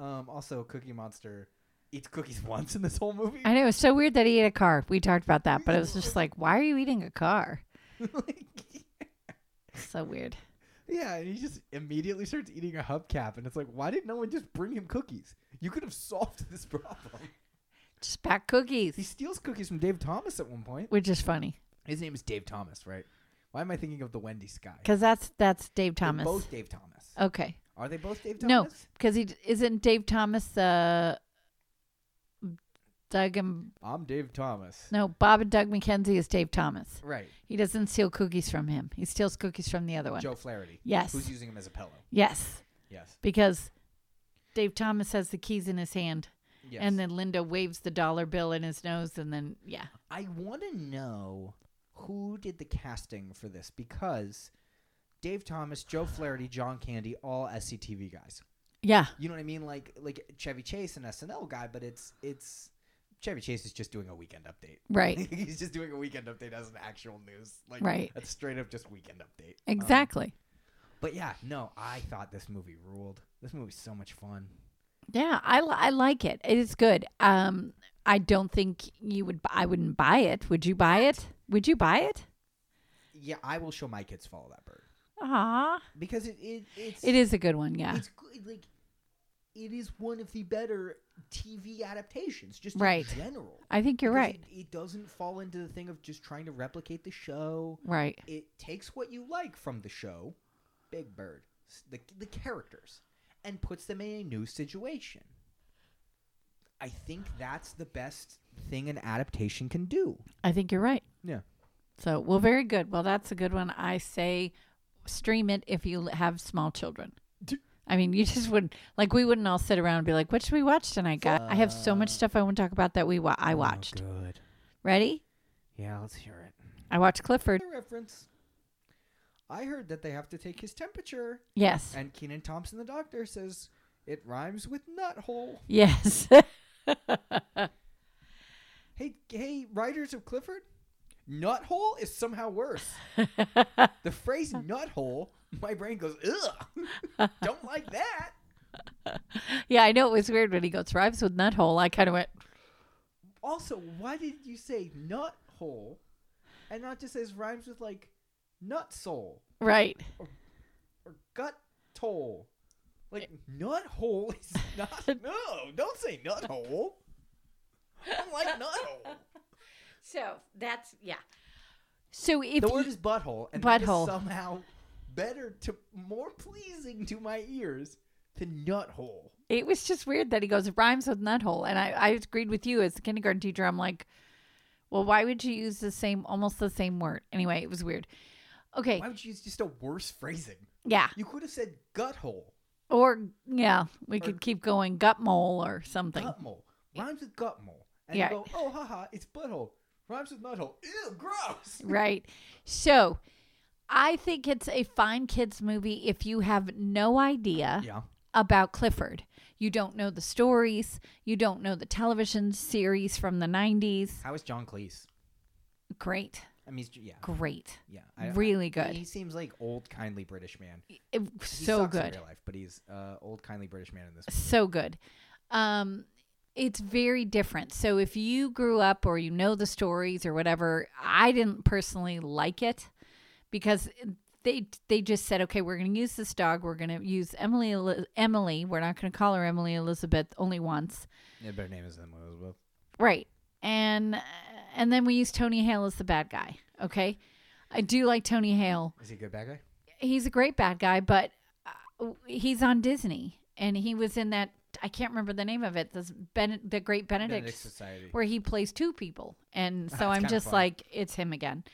Speaker 1: Um, also, Cookie Monster eats cookies once in this whole movie.
Speaker 2: I know. It's so weird that he ate a car. We talked about that, but it was just like, why are you eating a car?
Speaker 1: Like,
Speaker 2: So weird.
Speaker 1: yeah, and he just immediately starts eating a hubcap, and it's like, why did not no one just bring him cookies? You could have solved this problem.
Speaker 2: Just pack
Speaker 1: He
Speaker 2: cookies,
Speaker 1: steals cookies from Dave Thomas at one point.
Speaker 2: which is funny
Speaker 1: His name is Dave Thomas, right? Why am I thinking of the Wendy's guy?
Speaker 2: because that's that's Dave
Speaker 1: They're
Speaker 2: Thomas.
Speaker 1: Both Dave Thomas.
Speaker 2: Okay.
Speaker 1: Are they both Dave
Speaker 2: No.
Speaker 1: Thomas?
Speaker 2: Because he d- isn't Dave Thomas the Doug and
Speaker 1: No. I'm Dave Thomas.
Speaker 2: no Bob and Doug McKenzie is Dave Thomas.
Speaker 1: Right.
Speaker 2: He doesn't steal cookies from him. He steals cookies from the other one.
Speaker 1: Joe Flaherty.
Speaker 2: Yes.
Speaker 1: Who's using him as a pillow?
Speaker 2: Yes,
Speaker 1: Yes.
Speaker 2: because Dave Thomas has the keys in his hand,
Speaker 1: Yes.
Speaker 2: and then Linda waves the dollar bill in his nose, and then yeah,
Speaker 1: I want to know who did the casting for this because Dave Thomas, Joe Flaherty, John Candy, all SCTV guys.
Speaker 2: yeah,
Speaker 1: You know what I mean? Like like Chevy Chase, an SNL guy, but it's it's Chevy Chase is just doing a weekend update.
Speaker 2: right,
Speaker 1: He's just doing a weekend update as an actual news. Like
Speaker 2: Right.
Speaker 1: that's straight up just weekend update. Um,
Speaker 2: exactly,
Speaker 1: but yeah, no, I thought this movie ruled. This movie's so much fun.
Speaker 2: yeah. I li- I like it. It is good. Um, I don't think you would. bu- I wouldn't buy it. Would you buy it? Would you buy it?
Speaker 1: Yeah, I will show my kids follow that bird.
Speaker 2: Ah,
Speaker 1: Because it, it it's
Speaker 2: it is a good one. Yeah,
Speaker 1: It's good. Like, it is one of the better TV adaptations, just
Speaker 2: Right.
Speaker 1: in general.
Speaker 2: I think you're
Speaker 1: Because
Speaker 2: right.
Speaker 1: It, it doesn't fall into the thing of just trying to replicate the show.
Speaker 2: Right.
Speaker 1: It takes what you like from the show, Big Bird, s- the the characters, and puts them in a new situation. I think that's the best thing an adaptation can do.
Speaker 2: I think you're right.
Speaker 1: Yeah.
Speaker 2: So, well, very good. Well, that's a good one. I say stream it if you have small children.
Speaker 1: D-
Speaker 2: I mean, you just wouldn't like we wouldn't all sit around and be like, "What should we watch tonight, guys?" I have so much stuff I want to talk about that we wa-
Speaker 1: Oh,
Speaker 2: I watched.
Speaker 1: good.
Speaker 2: Ready?
Speaker 1: Yeah, let's hear it.
Speaker 2: I watched Clifford.
Speaker 1: Reference. I heard that they have to take his temperature.
Speaker 2: Yes.
Speaker 1: And Keenan Thompson, the doctor, says it rhymes with nuthole.
Speaker 2: Yes.
Speaker 1: Hey, hey, writers of Clifford, nuthole is somehow worse. the phrase nuthole, my brain goes ugh, don't like that.
Speaker 2: yeah, I know it was weird when he goes rhymes with nuthole. I kind of went,
Speaker 1: Also, why did you say nuthole, and not just as rhymes with like nut soul
Speaker 2: "Right.
Speaker 1: or gut toll? Like nuthole is not. No, don't say nuthole. I don't like nuthole.
Speaker 2: So, that's yeah. So, if
Speaker 1: the
Speaker 2: you-
Speaker 1: word is butthole, and that is
Speaker 2: Butthole.
Speaker 1: somehow better to more pleasing to my ears to Nuthole.
Speaker 2: It was just weird that he goes, it rhymes with nuthole. And I, I agreed with you as the kindergarten teacher. I'm like, well, why would you use the same, almost the same word? Anyway, it was weird. Okay.
Speaker 1: Why would you use just a worse phrasing?
Speaker 2: Yeah.
Speaker 1: You could have said gut hole,
Speaker 2: Or, yeah, we
Speaker 1: Or-
Speaker 2: could keep going gut mole or something.
Speaker 1: gut mole. Rhymes with gut mole. And
Speaker 2: Yeah.
Speaker 1: you go, oh, haha, it's butthole. Rhymes with nuthole. Ew, gross.
Speaker 2: right. So I think it's a fine kids movie if you have no idea
Speaker 1: Yeah.
Speaker 2: about Clifford. You don't know the stories, you don't know the television series from the 90s.
Speaker 1: How is John Cleese?
Speaker 2: Great.
Speaker 1: I mean, he's- yeah.
Speaker 2: Great.
Speaker 1: Yeah.
Speaker 2: really good.
Speaker 1: He seems like old, kindly British man.
Speaker 2: It-
Speaker 1: He
Speaker 2: so
Speaker 1: sucks In
Speaker 2: good.
Speaker 1: real life, but he's uh, old, kindly British man in this.
Speaker 2: So good. Um it's very different. So if you grew up or you know the stories or whatever, I didn't personally like it because they they just said, okay, we're going to use this dog. We're going to use Emily Eli- Emily. We're not going to call her Emily Elizabeth only once.
Speaker 1: Yeah, better name is than what it was with.
Speaker 2: Right. And and then we use Tony Hale as the bad guy. Okay. I do like Tony Hale.
Speaker 1: Is he a good bad guy?
Speaker 2: He's a great bad guy, but uh, he's on Disney, and he was in that. I can't remember the name of it. This ben, the Great Benedict,
Speaker 1: Benedict Society.
Speaker 2: where he plays two people, and
Speaker 1: Ah, That's
Speaker 2: so I'm
Speaker 1: kinda
Speaker 2: just
Speaker 1: fun.
Speaker 2: like, it's him again.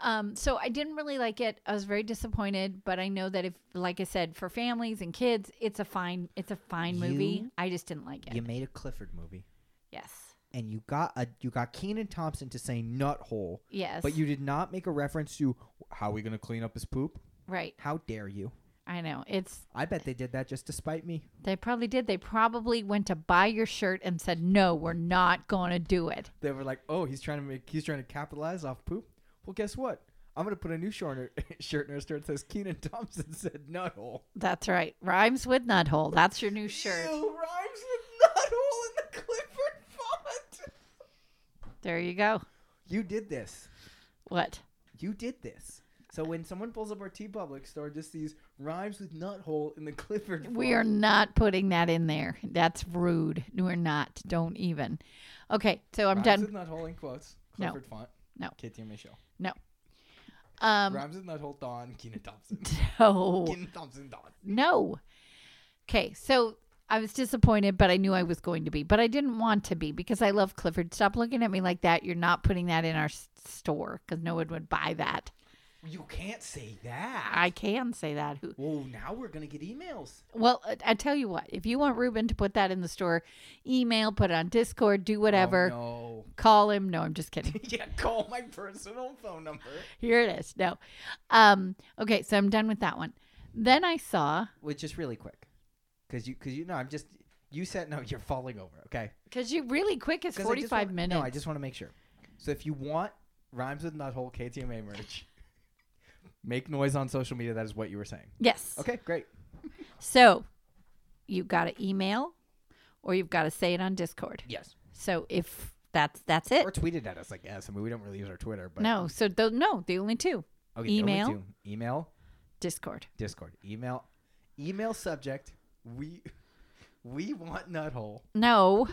Speaker 2: Um, so I didn't really like it. I was very disappointed, but I know that if, like I said, for families and kids, it's a fine, it's a fine movie.
Speaker 1: You-
Speaker 2: I just didn't like it.
Speaker 1: You made a Clifford movie,
Speaker 2: yes,
Speaker 1: and you got a you got Keenan Thompson to say nut hole,
Speaker 2: yes,
Speaker 1: but you did not make a reference to how are we going to clean up his poop.
Speaker 2: right.
Speaker 1: How dare you?
Speaker 2: I know it's
Speaker 1: I bet they did that just to spite me.
Speaker 2: They probably did. They probably went to buy your shirt and said, "No, we're not going to do it."
Speaker 1: They were like, "Oh, he's trying to make he's trying to capitalize off poop." Well, guess what? I'm going to put a new short shirt in our store that says Keenan Thompson said nut hole.
Speaker 2: That's right. Rhymes with nuthole. That's your new shirt.
Speaker 1: Ew, rhymes with nut hole in the Clifford font.
Speaker 2: There you go.
Speaker 1: You did this.
Speaker 2: What?
Speaker 1: You did this. So when someone pulls up our T Public store, just these rhymes with nut hole in the Clifford.
Speaker 2: We are
Speaker 1: font.
Speaker 2: not putting that in there. That's rude. We're not. Don't even. Okay, so I'm
Speaker 1: rhymes
Speaker 2: done.
Speaker 1: with nut hole in quotes.
Speaker 2: No.
Speaker 1: Clifford font.
Speaker 2: No.
Speaker 1: Katie and Michelle.
Speaker 2: Um,
Speaker 1: rhymes with nut hole. Don. Keenan Thompson.
Speaker 2: no,
Speaker 1: Keenan Thompson. Don.
Speaker 2: no. Okay, so I was disappointed, but I knew I was going to be, but I didn't want to be because I love Clifford. Stop looking at me like that. You're not putting that in our s- store because no one would buy that.
Speaker 1: You can't say that.
Speaker 2: I can say that. Who?
Speaker 1: Oh, now we're gonna get emails.
Speaker 2: Well, I- I tell you what. If you want Ruben to put that in the store, email, put it on Discord, do whatever.
Speaker 1: Oh,
Speaker 2: Call him. No, I'm just
Speaker 1: no.
Speaker 2: kidding.
Speaker 1: yeah, call my personal phone number.
Speaker 2: Here it is. No. Um. Okay, so I'm done with that one. Then I saw
Speaker 1: Which is really quick, cause you, cause you know, I'm just. You said no. You're falling over. Okay.
Speaker 2: because you really quick. It's
Speaker 1: 'Cause I just
Speaker 2: 45
Speaker 1: wanna- No,
Speaker 2: minutes.
Speaker 1: I just want to make sure. So if you want rhymes with nuthole KTMA merch, make noise on social media. That is what you were saying.
Speaker 2: yes.
Speaker 1: Okay, great.
Speaker 2: So you've got to email, or you've got to say it on Discord.
Speaker 1: Yes.
Speaker 2: So if that's that's it.
Speaker 1: Or tweet it at us, I guess. I mean, we don't really use our Twitter, but
Speaker 2: no. So th- no, the only two
Speaker 1: Okay, the only
Speaker 2: email.
Speaker 1: two. email,
Speaker 2: Discord.
Speaker 1: Discord, email, email subject. We we want nuthole.
Speaker 2: No.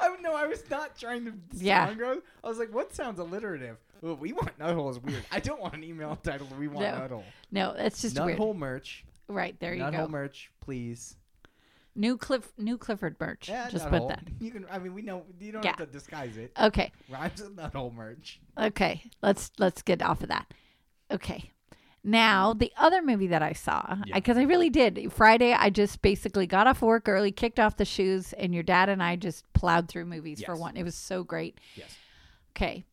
Speaker 1: I would- no, I was not trying to.
Speaker 2: Yeah.
Speaker 1: sound gross. I was like, what sounds alliterative? Oh, we want nuthole is weird. I don't want an email titled "We want
Speaker 2: No,
Speaker 1: nuthole."
Speaker 2: No, that's just weird.
Speaker 1: Nuthole merch.
Speaker 2: Right there, you go.
Speaker 1: Nuthole merch, please.
Speaker 2: New Cliff, New Clifford merch.
Speaker 1: Yeah,
Speaker 2: Just
Speaker 1: nut
Speaker 2: put
Speaker 1: hole.
Speaker 2: that.
Speaker 1: You can. I mean, we know you don't
Speaker 2: Yeah.
Speaker 1: have to disguise it.
Speaker 2: Okay,
Speaker 1: Rhymes with nut hole merch.
Speaker 2: okay. Let's let's get off of that. Okay. Now the other movie that I saw,
Speaker 1: Yeah.
Speaker 2: because I really did Friday, I just basically got off work early, kicked off the shoes, and your dad and I just plowed through movies for
Speaker 1: Yes.
Speaker 2: one. It was so great.
Speaker 1: Yes.
Speaker 2: Okay.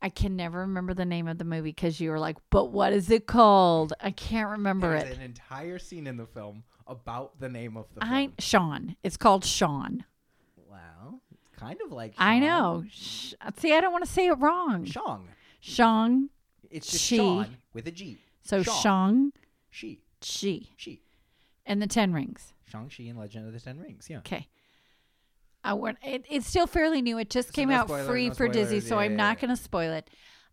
Speaker 2: I can never remember the name of the movie because you were like, "But what is it called?" I can't remember
Speaker 1: There's
Speaker 2: it.
Speaker 1: an entire scene in the film about the name of the
Speaker 2: I
Speaker 1: film.
Speaker 2: Sean. It's called Sean.
Speaker 1: Wow, it's kind of like
Speaker 2: I
Speaker 1: Sean.
Speaker 2: know. Sh- See, I don't want to say it wrong.
Speaker 1: Shong.
Speaker 2: Sean.
Speaker 1: It's just
Speaker 2: She.
Speaker 1: Sean with a G.
Speaker 2: So
Speaker 1: Sean.
Speaker 2: Shang
Speaker 1: She.
Speaker 2: Chi
Speaker 1: She.
Speaker 2: and the Ten Rings.
Speaker 1: Shang Chi and Legend of the Ten Rings. Yeah.
Speaker 2: Okay. I want it, it's still fairly new. It just
Speaker 1: So
Speaker 2: came
Speaker 1: no
Speaker 2: out
Speaker 1: spoilers,
Speaker 2: free
Speaker 1: no
Speaker 2: for Disney,
Speaker 1: spoilers.
Speaker 2: so
Speaker 1: Yeah,
Speaker 2: I'm
Speaker 1: yeah,
Speaker 2: not
Speaker 1: yeah.
Speaker 2: going to spoil it.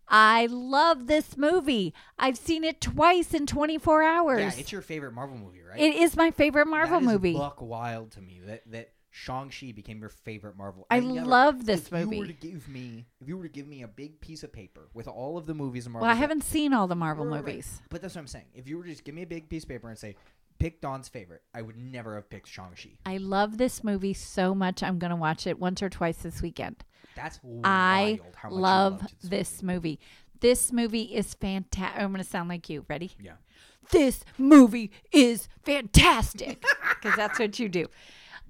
Speaker 2: I love this movie. I've seen it twice in 24 hours.
Speaker 1: Yeah, it's your favorite Marvel movie, right?
Speaker 2: it is my favorite Marvel
Speaker 1: That is
Speaker 2: movie.
Speaker 1: Buck wild to me that that Shang Chi became your favorite Marvel.
Speaker 2: I
Speaker 1: never-
Speaker 2: love this
Speaker 1: if You were
Speaker 2: movie.
Speaker 1: to give me, if you were to give me a big piece of paper with all of the movies in Marvel,
Speaker 2: Well, I
Speaker 1: that-
Speaker 2: haven't seen all the Marvel
Speaker 1: Right, right, right.
Speaker 2: movies.
Speaker 1: But that's what I'm saying. If you were to just give me a big piece of paper and say, pick Don's favorite. I would never have picked Shang-Chi.
Speaker 2: I love this movie so much. I'm going to watch it once or twice this weekend.
Speaker 1: That's wild
Speaker 2: I
Speaker 1: how much you
Speaker 2: love
Speaker 1: loved
Speaker 2: this movie. This movie is fantastic. I'm going to sound like you. Ready?
Speaker 1: Yeah.
Speaker 2: This movie is fantastic because that's what you do.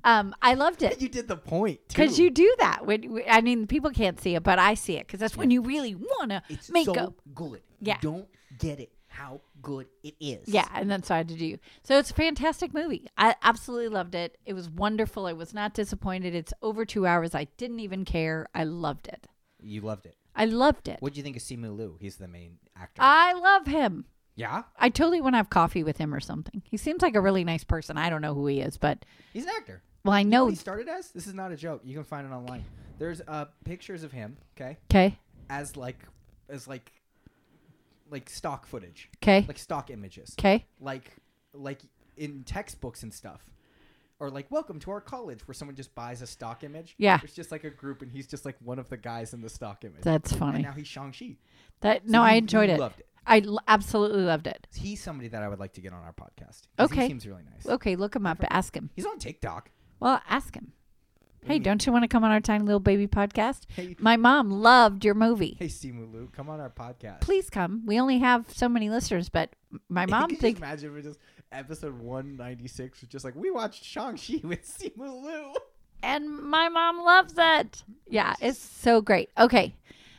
Speaker 2: Um, I loved it
Speaker 1: You did the point.
Speaker 2: because
Speaker 1: too.
Speaker 2: you do that. When I mean, people can't see it, but I see it because that's when you really want to
Speaker 1: It's
Speaker 2: make
Speaker 1: so
Speaker 2: up.
Speaker 1: good.
Speaker 2: Yeah.
Speaker 1: You don't get it how good it is.
Speaker 2: Yeah, and that's how I had to do. So it's a fantastic movie. I absolutely loved it. It was wonderful. I was not disappointed. It's over two hours. I didn't even care. I loved it.
Speaker 1: You loved it.
Speaker 2: I loved it.
Speaker 1: What do you think of Simu Liu? He's the main actor.
Speaker 2: I love him.
Speaker 1: yeah?
Speaker 2: I totally want to have coffee with him or something. He seems like a really nice person. I don't know who he is, but
Speaker 1: He's an actor.
Speaker 2: well, I
Speaker 1: You know
Speaker 2: know.
Speaker 1: what he started as? This is not a joke. You can find it online. There's uh pictures of him, okay?
Speaker 2: Okay,
Speaker 1: As like as like like stock footage.
Speaker 2: okay,
Speaker 1: Like stock images.
Speaker 2: okay.
Speaker 1: Like like in textbooks and stuff. Or like welcome to our college where someone just buys a stock image.
Speaker 2: Yeah.
Speaker 1: It's just like a group and he's just like one of the guys in the stock image.
Speaker 2: That's
Speaker 1: and
Speaker 2: funny.
Speaker 1: now he's Shang-Chi.
Speaker 2: That
Speaker 1: So
Speaker 2: no, I
Speaker 1: you-
Speaker 2: enjoyed
Speaker 1: you
Speaker 2: it.
Speaker 1: Loved it.
Speaker 2: I l- absolutely loved it.
Speaker 1: He's somebody that I would like to get on our podcast. 'cause
Speaker 2: Okay.
Speaker 1: He seems really nice.
Speaker 2: Okay, look him up. Ask him.
Speaker 1: He's on TikTok.
Speaker 2: Well, ask him. Hey,
Speaker 1: Maybe-
Speaker 2: don't you want to come on our tiny little baby podcast?
Speaker 1: Hey,
Speaker 2: My mom loved your movie.
Speaker 1: hey, Simu Liu, come on our podcast.
Speaker 2: Please come. We only have so many listeners, but my mom
Speaker 1: Could you
Speaker 2: thinks
Speaker 1: imagine if it just episode one ninety six was just like we watched Shang Chi with Simu Liu.
Speaker 2: and my mom loves it. Yeah, it's so great. Okay.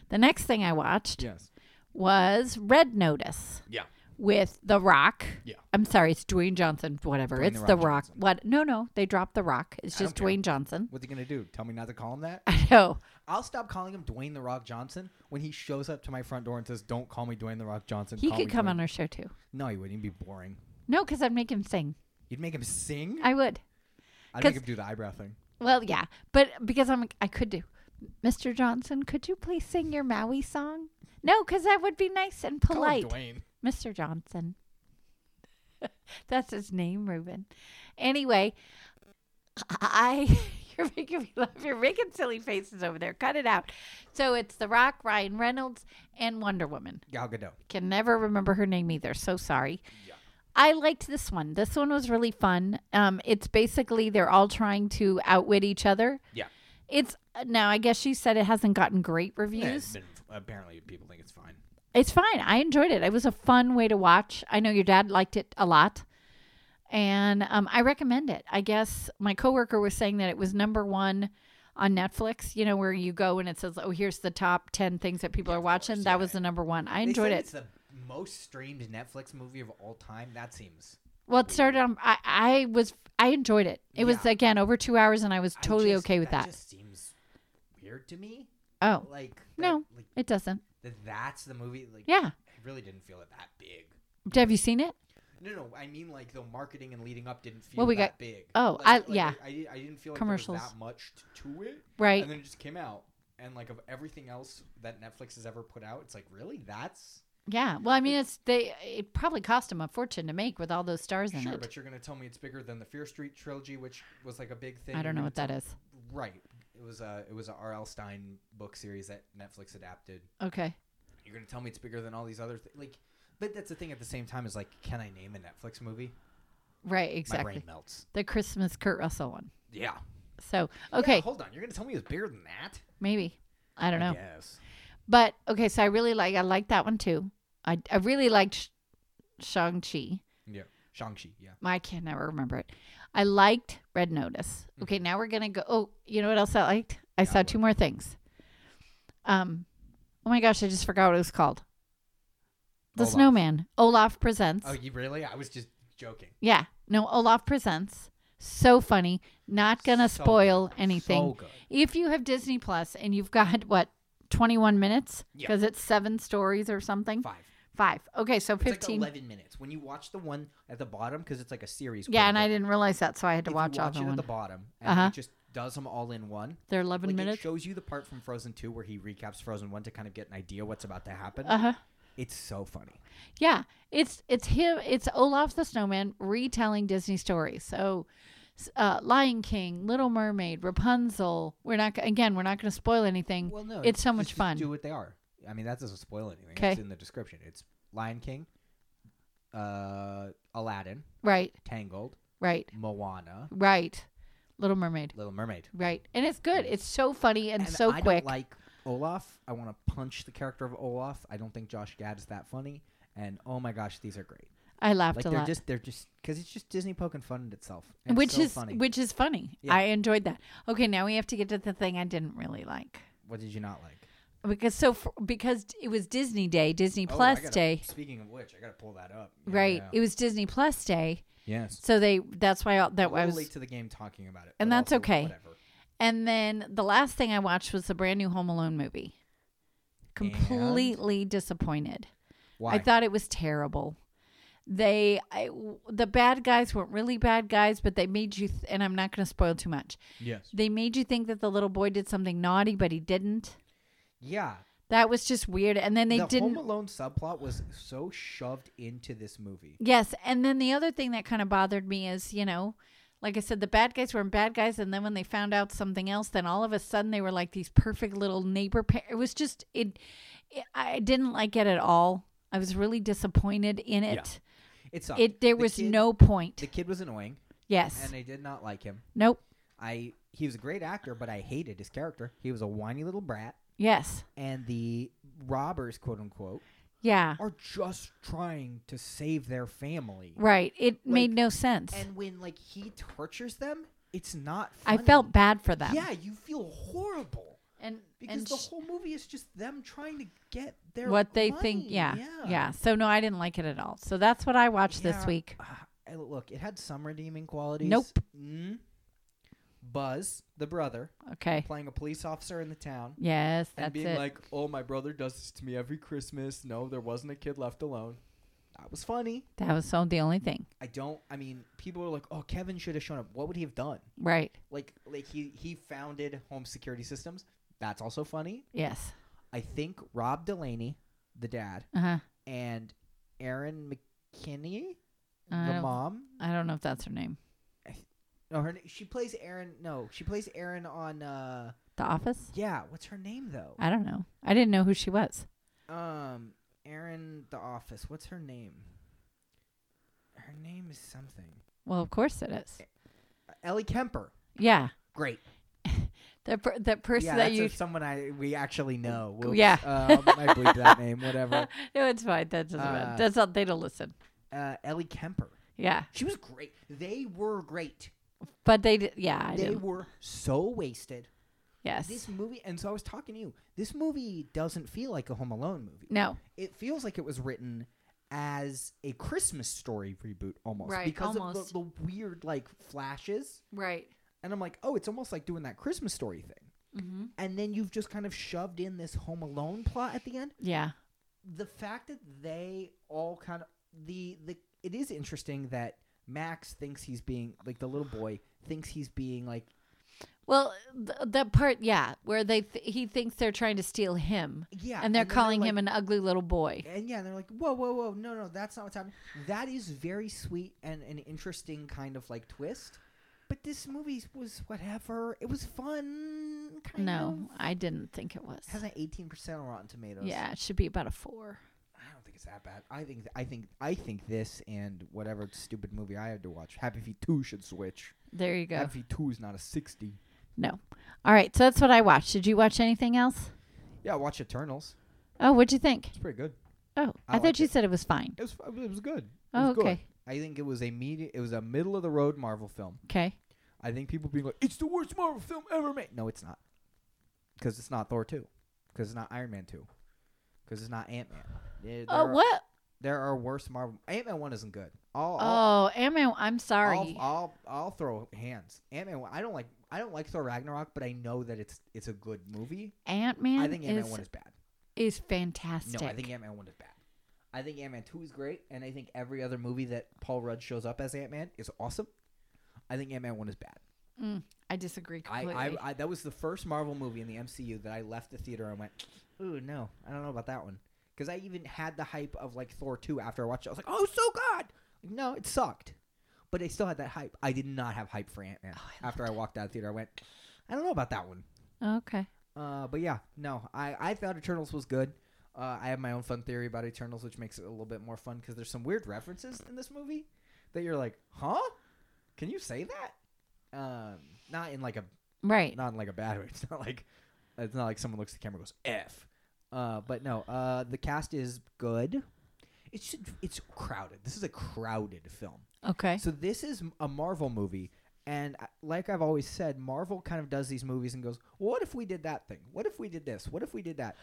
Speaker 2: The next thing I watched
Speaker 1: Yes.
Speaker 2: was Red Notice.
Speaker 1: Yeah.
Speaker 2: With The Rock.
Speaker 1: Yeah.
Speaker 2: I'm sorry, it's Dwayne Johnson, whatever.
Speaker 1: Dwayne
Speaker 2: it's
Speaker 1: The
Speaker 2: The
Speaker 1: Rock
Speaker 2: Rock.
Speaker 1: Johnson.
Speaker 2: What? No, no, they dropped The Rock. It's
Speaker 1: I don't
Speaker 2: just
Speaker 1: care.
Speaker 2: Dwayne Johnson.
Speaker 1: What's he gonna do? Tell me not to call him that?
Speaker 2: I know.
Speaker 1: I'll stop calling him Dwayne the Rock Johnson when he shows up to my front door and says, "Don't call me Dwayne the Rock Johnson."
Speaker 2: He
Speaker 1: call
Speaker 2: could
Speaker 1: me
Speaker 2: come
Speaker 1: Dwayne."
Speaker 2: on our show too.
Speaker 1: No, he wouldn't. He'd be boring.
Speaker 2: No, because I'd make him sing.
Speaker 1: You'd make him sing.
Speaker 2: I would.
Speaker 1: I'd make
Speaker 2: 'cause-
Speaker 1: him do the eyebrow thing.
Speaker 2: Well, yeah, but because I'm, I could do. Mr. Johnson, could you please sing your Maui song? No, because that would be nice and
Speaker 1: Call
Speaker 2: polite.
Speaker 1: him Dwayne.
Speaker 2: Mr. Johnson. That's his name, Reuben. Anyway, I you're making me laugh. You're making silly faces over there. Cut it out. So it's The Rock, Ryan Reynolds, and Wonder Woman.
Speaker 1: Gal Gadot.
Speaker 2: Can never remember her name either. So sorry. I liked this one. This one was really fun. Um, it's basically they're all trying to outwit each other.
Speaker 1: Yeah.
Speaker 2: It's now I guess she said it hasn't gotten great
Speaker 1: Yeah,
Speaker 2: reviews.
Speaker 1: Eh, it's been- apparently, people think it's fine.
Speaker 2: It's fine. I enjoyed it. It was a fun way to watch. I know your dad liked it a lot. And um, I recommend it. I guess my coworker was saying that it was number one on Netflix, you know, where you go and it says, oh, here's the top 10 things that people are watching.
Speaker 1: course,
Speaker 2: that
Speaker 1: yeah,
Speaker 2: was
Speaker 1: yeah.
Speaker 2: the number one. I
Speaker 1: They
Speaker 2: enjoyed
Speaker 1: said
Speaker 2: it.
Speaker 1: It's the most streamed Netflix movie of all time. That seems
Speaker 2: Well, it started on, I, I was, I enjoyed it. It was,
Speaker 1: Yeah.
Speaker 2: again, over two hours and I was
Speaker 1: I
Speaker 2: totally
Speaker 1: just-
Speaker 2: okay with that.
Speaker 1: Just seems weird to me.
Speaker 2: oh,
Speaker 1: Like that-
Speaker 2: No.
Speaker 1: like
Speaker 2: it doesn't.
Speaker 1: that that's the movie. Like
Speaker 2: Yeah.
Speaker 1: I really didn't feel it that big.
Speaker 2: Have you seen it?
Speaker 1: No, no, I mean like the marketing and leading up didn't feel
Speaker 2: Well, we
Speaker 1: that big.
Speaker 2: oh,
Speaker 1: Like-
Speaker 2: I-
Speaker 1: like,
Speaker 2: yeah.
Speaker 1: I, di- I didn't feel like
Speaker 2: Commercials.
Speaker 1: there was that much t- to it,
Speaker 2: Right.
Speaker 1: and then it just came out. And like of everything else that Netflix has ever put out, it's like really that's
Speaker 2: yeah. Well, I mean, it's, they, it probably cost them a fortune to make with all those stars in
Speaker 1: sure.
Speaker 2: it.
Speaker 1: But you're gonna tell me it's bigger than the Fear Street trilogy, which was like a big thing.
Speaker 2: I don't know what that is.
Speaker 1: Right. It was a it was a R.L. Stein book series that Netflix adapted.
Speaker 2: Okay.
Speaker 1: You're gonna tell me it's bigger than all these other things. Like, but that's the thing. At the same time, is like, can I name a Netflix movie?
Speaker 2: Right,
Speaker 1: My
Speaker 2: exactly.
Speaker 1: brain melts.
Speaker 2: The Christmas Kurt Russell one.
Speaker 1: Yeah.
Speaker 2: So,
Speaker 1: Yeah,
Speaker 2: okay,
Speaker 1: hold on. You're gonna tell me it's bigger than that?
Speaker 2: maybe. I don't know.
Speaker 1: Yes.
Speaker 2: But okay, so I really like I like that one too. I I really liked Sh- Shang-Chi.
Speaker 1: Yeah. Shang Chi. Yeah.
Speaker 2: I can never remember it. I liked Red Notice. Okay, now we're going to go Oh, you know what else I liked? I saw
Speaker 1: Mm-hmm. what?
Speaker 2: two more things. Um Oh my gosh, I just forgot what it was called. The
Speaker 1: Olaf.
Speaker 2: Snowman. Olaf presents.
Speaker 1: Oh, you really? I was just joking.
Speaker 2: Yeah. No, Olaf presents. So funny. Not going to
Speaker 1: So
Speaker 2: spoil
Speaker 1: good.
Speaker 2: anything.
Speaker 1: So good.
Speaker 2: If you have Disney Plus and you've got what 21 minutes
Speaker 1: Yeah.
Speaker 2: because it's seven stories or something.
Speaker 1: Five.
Speaker 2: 5. Okay, so
Speaker 1: It's like
Speaker 2: 15.
Speaker 1: eleven minutes. When you watch the one at the bottom, because it's like a series.
Speaker 2: yeah,
Speaker 1: quote
Speaker 2: and I
Speaker 1: unquote,
Speaker 2: didn't realize that so I had to
Speaker 1: if you
Speaker 2: watch all
Speaker 1: watch
Speaker 2: the
Speaker 1: it at
Speaker 2: one.
Speaker 1: the bottom, and
Speaker 2: Uh-huh.
Speaker 1: it just does them all in one.
Speaker 2: They're 11
Speaker 1: Like it
Speaker 2: minutes.
Speaker 1: shows you the part from Frozen 2 where he recaps Frozen 1 to kind of get an idea what's about to happen.
Speaker 2: Uh-huh.
Speaker 1: It's so funny.
Speaker 2: Yeah, it's it's him it's Olaf the Snowman retelling Disney stories. So s- uh, Lion King, Little Mermaid, Rapunzel. We're not g- again, we're not going to spoil anything.
Speaker 1: Well, no,
Speaker 2: It's so much
Speaker 1: just
Speaker 2: fun.
Speaker 1: Do what they are. I mean, that doesn't spoil anything.
Speaker 2: Okay.
Speaker 1: It's in the description. It's Lion King, uh, uh, Aladdin,
Speaker 2: Right.
Speaker 1: Tangled,
Speaker 2: Right.
Speaker 1: Moana,
Speaker 2: Right. Little Mermaid.
Speaker 1: Little Mermaid.
Speaker 2: Right. And it's good. It's so funny and,
Speaker 1: And
Speaker 2: so
Speaker 1: I
Speaker 2: quick.
Speaker 1: Don't like Olaf. I want to punch the character of Olaf. I don't think Josh Gad is that funny. And oh my gosh, these are great.
Speaker 2: I laughed
Speaker 1: Like
Speaker 2: a
Speaker 1: they're
Speaker 2: lot.
Speaker 1: just they're just because it's just Disney poking fun at itself, and it's
Speaker 2: which
Speaker 1: so
Speaker 2: is
Speaker 1: funny.
Speaker 2: which is funny.
Speaker 1: Yeah.
Speaker 2: I enjoyed that. Okay, now we have to get to the thing I didn't really like.
Speaker 1: what did you not like?
Speaker 2: Because so for, because it was Disney Day, Disney
Speaker 1: Oh, I
Speaker 2: Plus
Speaker 1: gotta-
Speaker 2: Day.
Speaker 1: Speaking of which, I gotta pull that up. Yeah,
Speaker 2: Right.
Speaker 1: yeah.
Speaker 2: It was Disney Plus Day.
Speaker 1: Yes.
Speaker 2: So they that's why I, that
Speaker 1: A little
Speaker 2: was
Speaker 1: late to the game talking about it,
Speaker 2: And
Speaker 1: but
Speaker 2: that's
Speaker 1: also
Speaker 2: okay.
Speaker 1: Whatever.
Speaker 2: And then the last thing I watched was the brand new Home Alone movie. Completely disappointed.
Speaker 1: Why?
Speaker 2: I thought it was terrible. They I, the bad guys weren't really bad guys, but they made you. Th- and I'm not going to spoil too much.
Speaker 1: yes.
Speaker 2: They made you think that the little boy did something naughty, but he didn't.
Speaker 1: Yeah.
Speaker 2: That was just weird. And then they
Speaker 1: the
Speaker 2: didn't.
Speaker 1: Home Alone subplot was so shoved into this movie.
Speaker 2: yes. And then the other thing that kind of bothered me is, you know, like I said, the bad guys weren't bad guys, and then when they found out something else, then all of a sudden they were like these perfect little neighbor. Pa- it was just it, it. I didn't like it at all. I was really disappointed in
Speaker 1: Yeah.
Speaker 2: it.
Speaker 1: It sucked.
Speaker 2: It there
Speaker 1: The
Speaker 2: was
Speaker 1: kid-
Speaker 2: no point.
Speaker 1: The kid was annoying,
Speaker 2: yes.
Speaker 1: and I did not like him.
Speaker 2: nope.
Speaker 1: I he was a great actor, but I hated his character. He was a whiny little brat,
Speaker 2: Yes.
Speaker 1: and the robbers, quote unquote,
Speaker 2: Yeah.
Speaker 1: are just trying to save their family.
Speaker 2: Right. It made
Speaker 1: Like,
Speaker 2: no sense.
Speaker 1: And when like he tortures them, it's not.
Speaker 2: I
Speaker 1: Funny.
Speaker 2: felt bad for them.
Speaker 1: Yeah, you feel horrible
Speaker 2: And
Speaker 1: because
Speaker 2: and
Speaker 1: the
Speaker 2: sh-
Speaker 1: whole movie is just them trying to get their
Speaker 2: what they think.
Speaker 1: money.
Speaker 2: Yeah,
Speaker 1: yeah,
Speaker 2: yeah. So no, I didn't like it at all. So that's what I watched
Speaker 1: Yeah.
Speaker 2: this week.
Speaker 1: Ah, and look, it had some redeeming qualities.
Speaker 2: Nope.
Speaker 1: Mm. Buzz, the brother,
Speaker 2: Okay.
Speaker 1: playing a police officer in the town.
Speaker 2: Yes,
Speaker 1: and
Speaker 2: that's
Speaker 1: being
Speaker 2: it.
Speaker 1: like, "Oh, my brother does this to me every Christmas." No, there wasn't a kid left alone. That was funny.
Speaker 2: that was so the only thing.
Speaker 1: I don't. I mean, people are like, "Oh, Kevin should have shown up. What would he have done?"
Speaker 2: Right.
Speaker 1: Like, like he he founded Home Security Systems. That's also funny.
Speaker 2: Yes.
Speaker 1: I think Rob Delaney, the dad,
Speaker 2: Uh huh.
Speaker 1: and Aaron McKinney,
Speaker 2: I
Speaker 1: the
Speaker 2: don't-
Speaker 1: mom.
Speaker 2: I don't know if that's her name.
Speaker 1: No, her she plays Aaron. No, she plays Aaron on. uh
Speaker 2: The Office.
Speaker 1: Yeah, what's her name though?
Speaker 2: I don't know. I didn't know who she was.
Speaker 1: Um, Erin, The Office. What's her name? Her name is something.
Speaker 2: Well, of course it is.
Speaker 1: Ellie Kemper.
Speaker 2: Yeah.
Speaker 1: Great.
Speaker 2: That per- that person
Speaker 1: yeah,
Speaker 2: that
Speaker 1: that's
Speaker 2: you.
Speaker 1: a- someone I we actually know. Whoops.
Speaker 2: Yeah.
Speaker 1: Uh, I believe that name. Whatever.
Speaker 2: no, it's fine. That doesn't matter.
Speaker 1: Uh,
Speaker 2: That's not. They don't listen.
Speaker 1: Uh, Ellie Kemper.
Speaker 2: Yeah.
Speaker 1: She was great. They were great.
Speaker 2: But they. Did, yeah. I
Speaker 1: they
Speaker 2: didn't.
Speaker 1: were so wasted.
Speaker 2: Yes.
Speaker 1: This movie, and so I was talking to you. This movie doesn't feel like a Home Alone movie.
Speaker 2: no.
Speaker 1: It feels like it was written as a Christmas story reboot almost
Speaker 2: Right,
Speaker 1: because
Speaker 2: almost.
Speaker 1: of the, the weird like flashes.
Speaker 2: Right.
Speaker 1: And I'm like, oh, it's almost like doing that Christmas story thing.
Speaker 2: Mm-hmm.
Speaker 1: And then you've just kind of shoved in this Home Alone plot at the end.
Speaker 2: Yeah.
Speaker 1: The fact that they all kind of the the it is interesting that Max thinks he's being like the little boy thinks he's being like
Speaker 2: Well, th- that part, yeah, where they th- he thinks they're trying to steal him,
Speaker 1: yeah,
Speaker 2: and they're
Speaker 1: then
Speaker 2: calling
Speaker 1: like-
Speaker 2: him an ugly little boy.
Speaker 1: and yeah, and they're like, whoa, whoa, whoa, no, no, that's not what's happening. That is very sweet and an interesting kind of like twist. But this movie was whatever. It was fun. Kind
Speaker 2: No,
Speaker 1: of.
Speaker 2: I didn't think it was.
Speaker 1: It has an eighteen percent on Rotten Tomatoes.
Speaker 2: Yeah, it should be about a four.
Speaker 1: I don't think it's that bad. I think I think I think this and whatever stupid movie I had to watch, Happy Feet Two should switch.
Speaker 2: There you go.
Speaker 1: Happy Feet E Two is not a sixty.
Speaker 2: No. All right, so that's what I watched. Did you watch anything else?
Speaker 1: Yeah, watch Eternals.
Speaker 2: Oh, what'd you think?
Speaker 1: It's pretty good.
Speaker 2: Oh,
Speaker 1: I
Speaker 2: I,
Speaker 1: liked
Speaker 2: thought you
Speaker 1: it.
Speaker 2: said it was fine.
Speaker 1: It was it was good. It
Speaker 2: Oh,
Speaker 1: was good.
Speaker 2: okay.
Speaker 1: I think it was a media. It was a middle of the road Marvel film.
Speaker 2: Okay.
Speaker 1: I think people being like, "It's the worst Marvel film ever made." No, it's not. Because it's not Thor two. Because it's not Iron Man two. Because it's not Ant Man.
Speaker 2: Oh, what?
Speaker 1: There are worse Marvel. Ant Man one isn't good. All, all,
Speaker 2: Oh, Ant-Man, I'm sorry.
Speaker 1: I'll, I'll I'll throw hands. Ant Man. I don't like I don't like Thor Ragnarok, but I know that it's it's a good movie.
Speaker 2: Ant-Man
Speaker 1: I think Ant Man
Speaker 2: is,
Speaker 1: One is bad.
Speaker 2: is
Speaker 1: No,
Speaker 2: fantastic.
Speaker 1: I think Ant Man One is bad. I think Ant Man Two is great, and I think every other movie that Paul Rudd shows up as Ant Man is awesome. I think Ant Man One is bad.
Speaker 2: Mm, I disagree
Speaker 1: I,
Speaker 2: completely.
Speaker 1: I, I that was the first Marvel movie in the MCU that I left the theater and went, ooh no, I don't know about that one because I even had the hype of like Thor two after I watched it. I was like, oh so good. Like, no, it sucked, but I still had that hype. I did not have hype for Ant Man
Speaker 2: Oh, I
Speaker 1: after I walked out of the theater. I went, I don't know about that one.
Speaker 2: okay.
Speaker 1: Uh, but yeah, no, I I thought Eternals was good. Uh, I have my own fun theory about Eternals, which makes it a little bit more fun because there's some weird references in this movie that you're like, huh? Can you say that? Um, not in like a
Speaker 2: Right.
Speaker 1: not in like a bad way. It's not like it's not like someone looks at the camera and goes f. Uh, but no, uh, the cast is good. It's it's crowded. This is a crowded film.
Speaker 2: Okay.
Speaker 1: So this is m- a Marvel movie, and I- like I've always said, Marvel kind of does these movies and goes, "What if we did that thing? What if we did this? What if we did that?"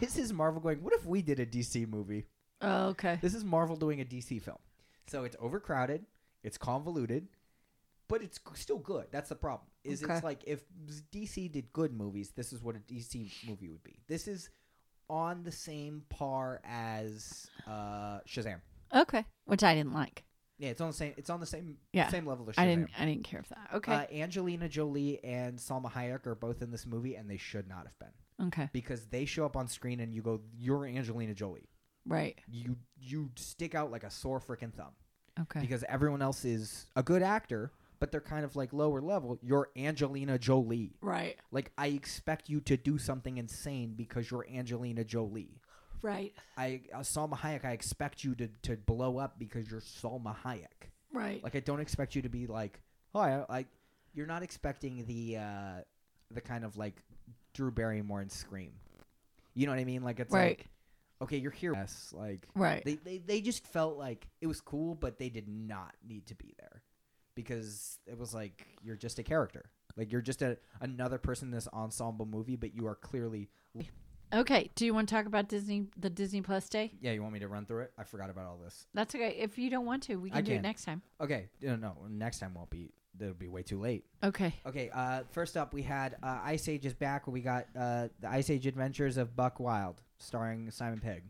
Speaker 1: This is Marvel going, "What if we did a DC movie?"
Speaker 2: Oh, okay.
Speaker 1: This is Marvel doing a DC film. So it's overcrowded, it's convoluted, but it's g- still good. That's the problem. Is
Speaker 2: Okay.
Speaker 1: it's like if s- DC did good movies, this is what a DC movie would be. This is on the same par as uh, Shazam.
Speaker 2: Okay. Which I didn't like.
Speaker 1: Yeah, it's on the same. It's on the same.
Speaker 2: Yeah.
Speaker 1: same level as Shazam.
Speaker 2: I didn't. I didn't care for that. Okay.
Speaker 1: Uh, Angelina Jolie and Salma Hayek are both in this movie, and they should not have been
Speaker 2: okay.
Speaker 1: because they show up on screen and you go, "You're Angelina Jolie."
Speaker 2: Right.
Speaker 1: You you stick out like a sore freaking thumb
Speaker 2: Okay.
Speaker 1: because everyone else is a good actor, but they're kind of like lower level. You're Angelina Jolie.
Speaker 2: right.
Speaker 1: Like I expect you to do something insane because you're Angelina Jolie.
Speaker 2: Right.
Speaker 1: I uh, Salma Hayek. I expect you to to blow up because you're Salma Hayek.
Speaker 2: Right.
Speaker 1: Like I don't expect you to be like, hi, I, I you're not expecting the uh the kind of like Drew Barrymore and Scream. You know what I mean? Like it's
Speaker 2: right.
Speaker 1: like okay, you're here. Yes, like
Speaker 2: right.
Speaker 1: they, they they just felt like it was cool, but they did not need to be there because it was like you're just a character. Like you're just a, another person in this ensemble movie, but you are clearly
Speaker 2: okay. Do you want to talk about Disney? The Disney Plus day.
Speaker 1: yeah. You want me to run through it? I forgot about all this.
Speaker 2: That's okay. If you don't want to, we
Speaker 1: I
Speaker 2: can do it
Speaker 1: can.
Speaker 2: next time.
Speaker 1: Okay, no, no. Next time won't be. That'll be way too late.
Speaker 2: Okay.
Speaker 1: Okay, uh, first up, we had uh, Ice Age is back. where We got uh, the Ice Age Adventures of Buck Wild, starring Simon Pegg.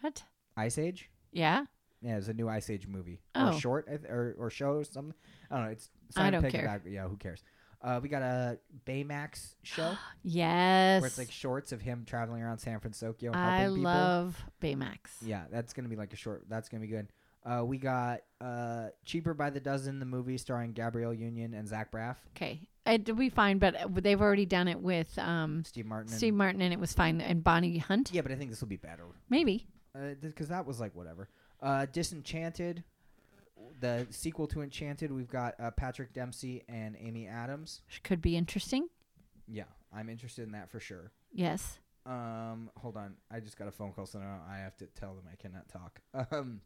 Speaker 2: What?
Speaker 1: Ice Age?
Speaker 2: Yeah.
Speaker 1: Yeah, it's a new Ice Age movie
Speaker 2: Oh.
Speaker 1: or short I th- or or show or something. I don't know. It's
Speaker 2: I
Speaker 1: Simon
Speaker 2: don't
Speaker 1: Pegg is
Speaker 2: care.
Speaker 1: back. Yeah, who cares? Uh, we got a Baymax show
Speaker 2: Yes.
Speaker 1: where it's like shorts of him traveling around San Francisco helping
Speaker 2: I
Speaker 1: people. Mm.
Speaker 2: love Baymax.
Speaker 1: Yeah, that's gonna be like a short. That's gonna be good. Uh, we got uh, Cheaper by the Dozen, the movie starring Gabrielle Union and Zach Braff,
Speaker 2: Okay. It'll be fine, but uh, they've already done it with um,
Speaker 1: Steve Martin. and-
Speaker 2: Steve Martin, and it was fine. And Bonnie Hunt,
Speaker 1: Yeah, but I think this will be better.
Speaker 2: maybe.
Speaker 1: because Uh, that was like whatever. Uh, Disenchanted, the sequel to Enchanted. We've got uh, Patrick Dempsey and Amy Adams.
Speaker 2: Could be interesting.
Speaker 1: Yeah, I'm interested in that for sure.
Speaker 2: Yes.
Speaker 1: Um, hold on, I just got a phone call, so now I have to tell them I cannot talk. Um,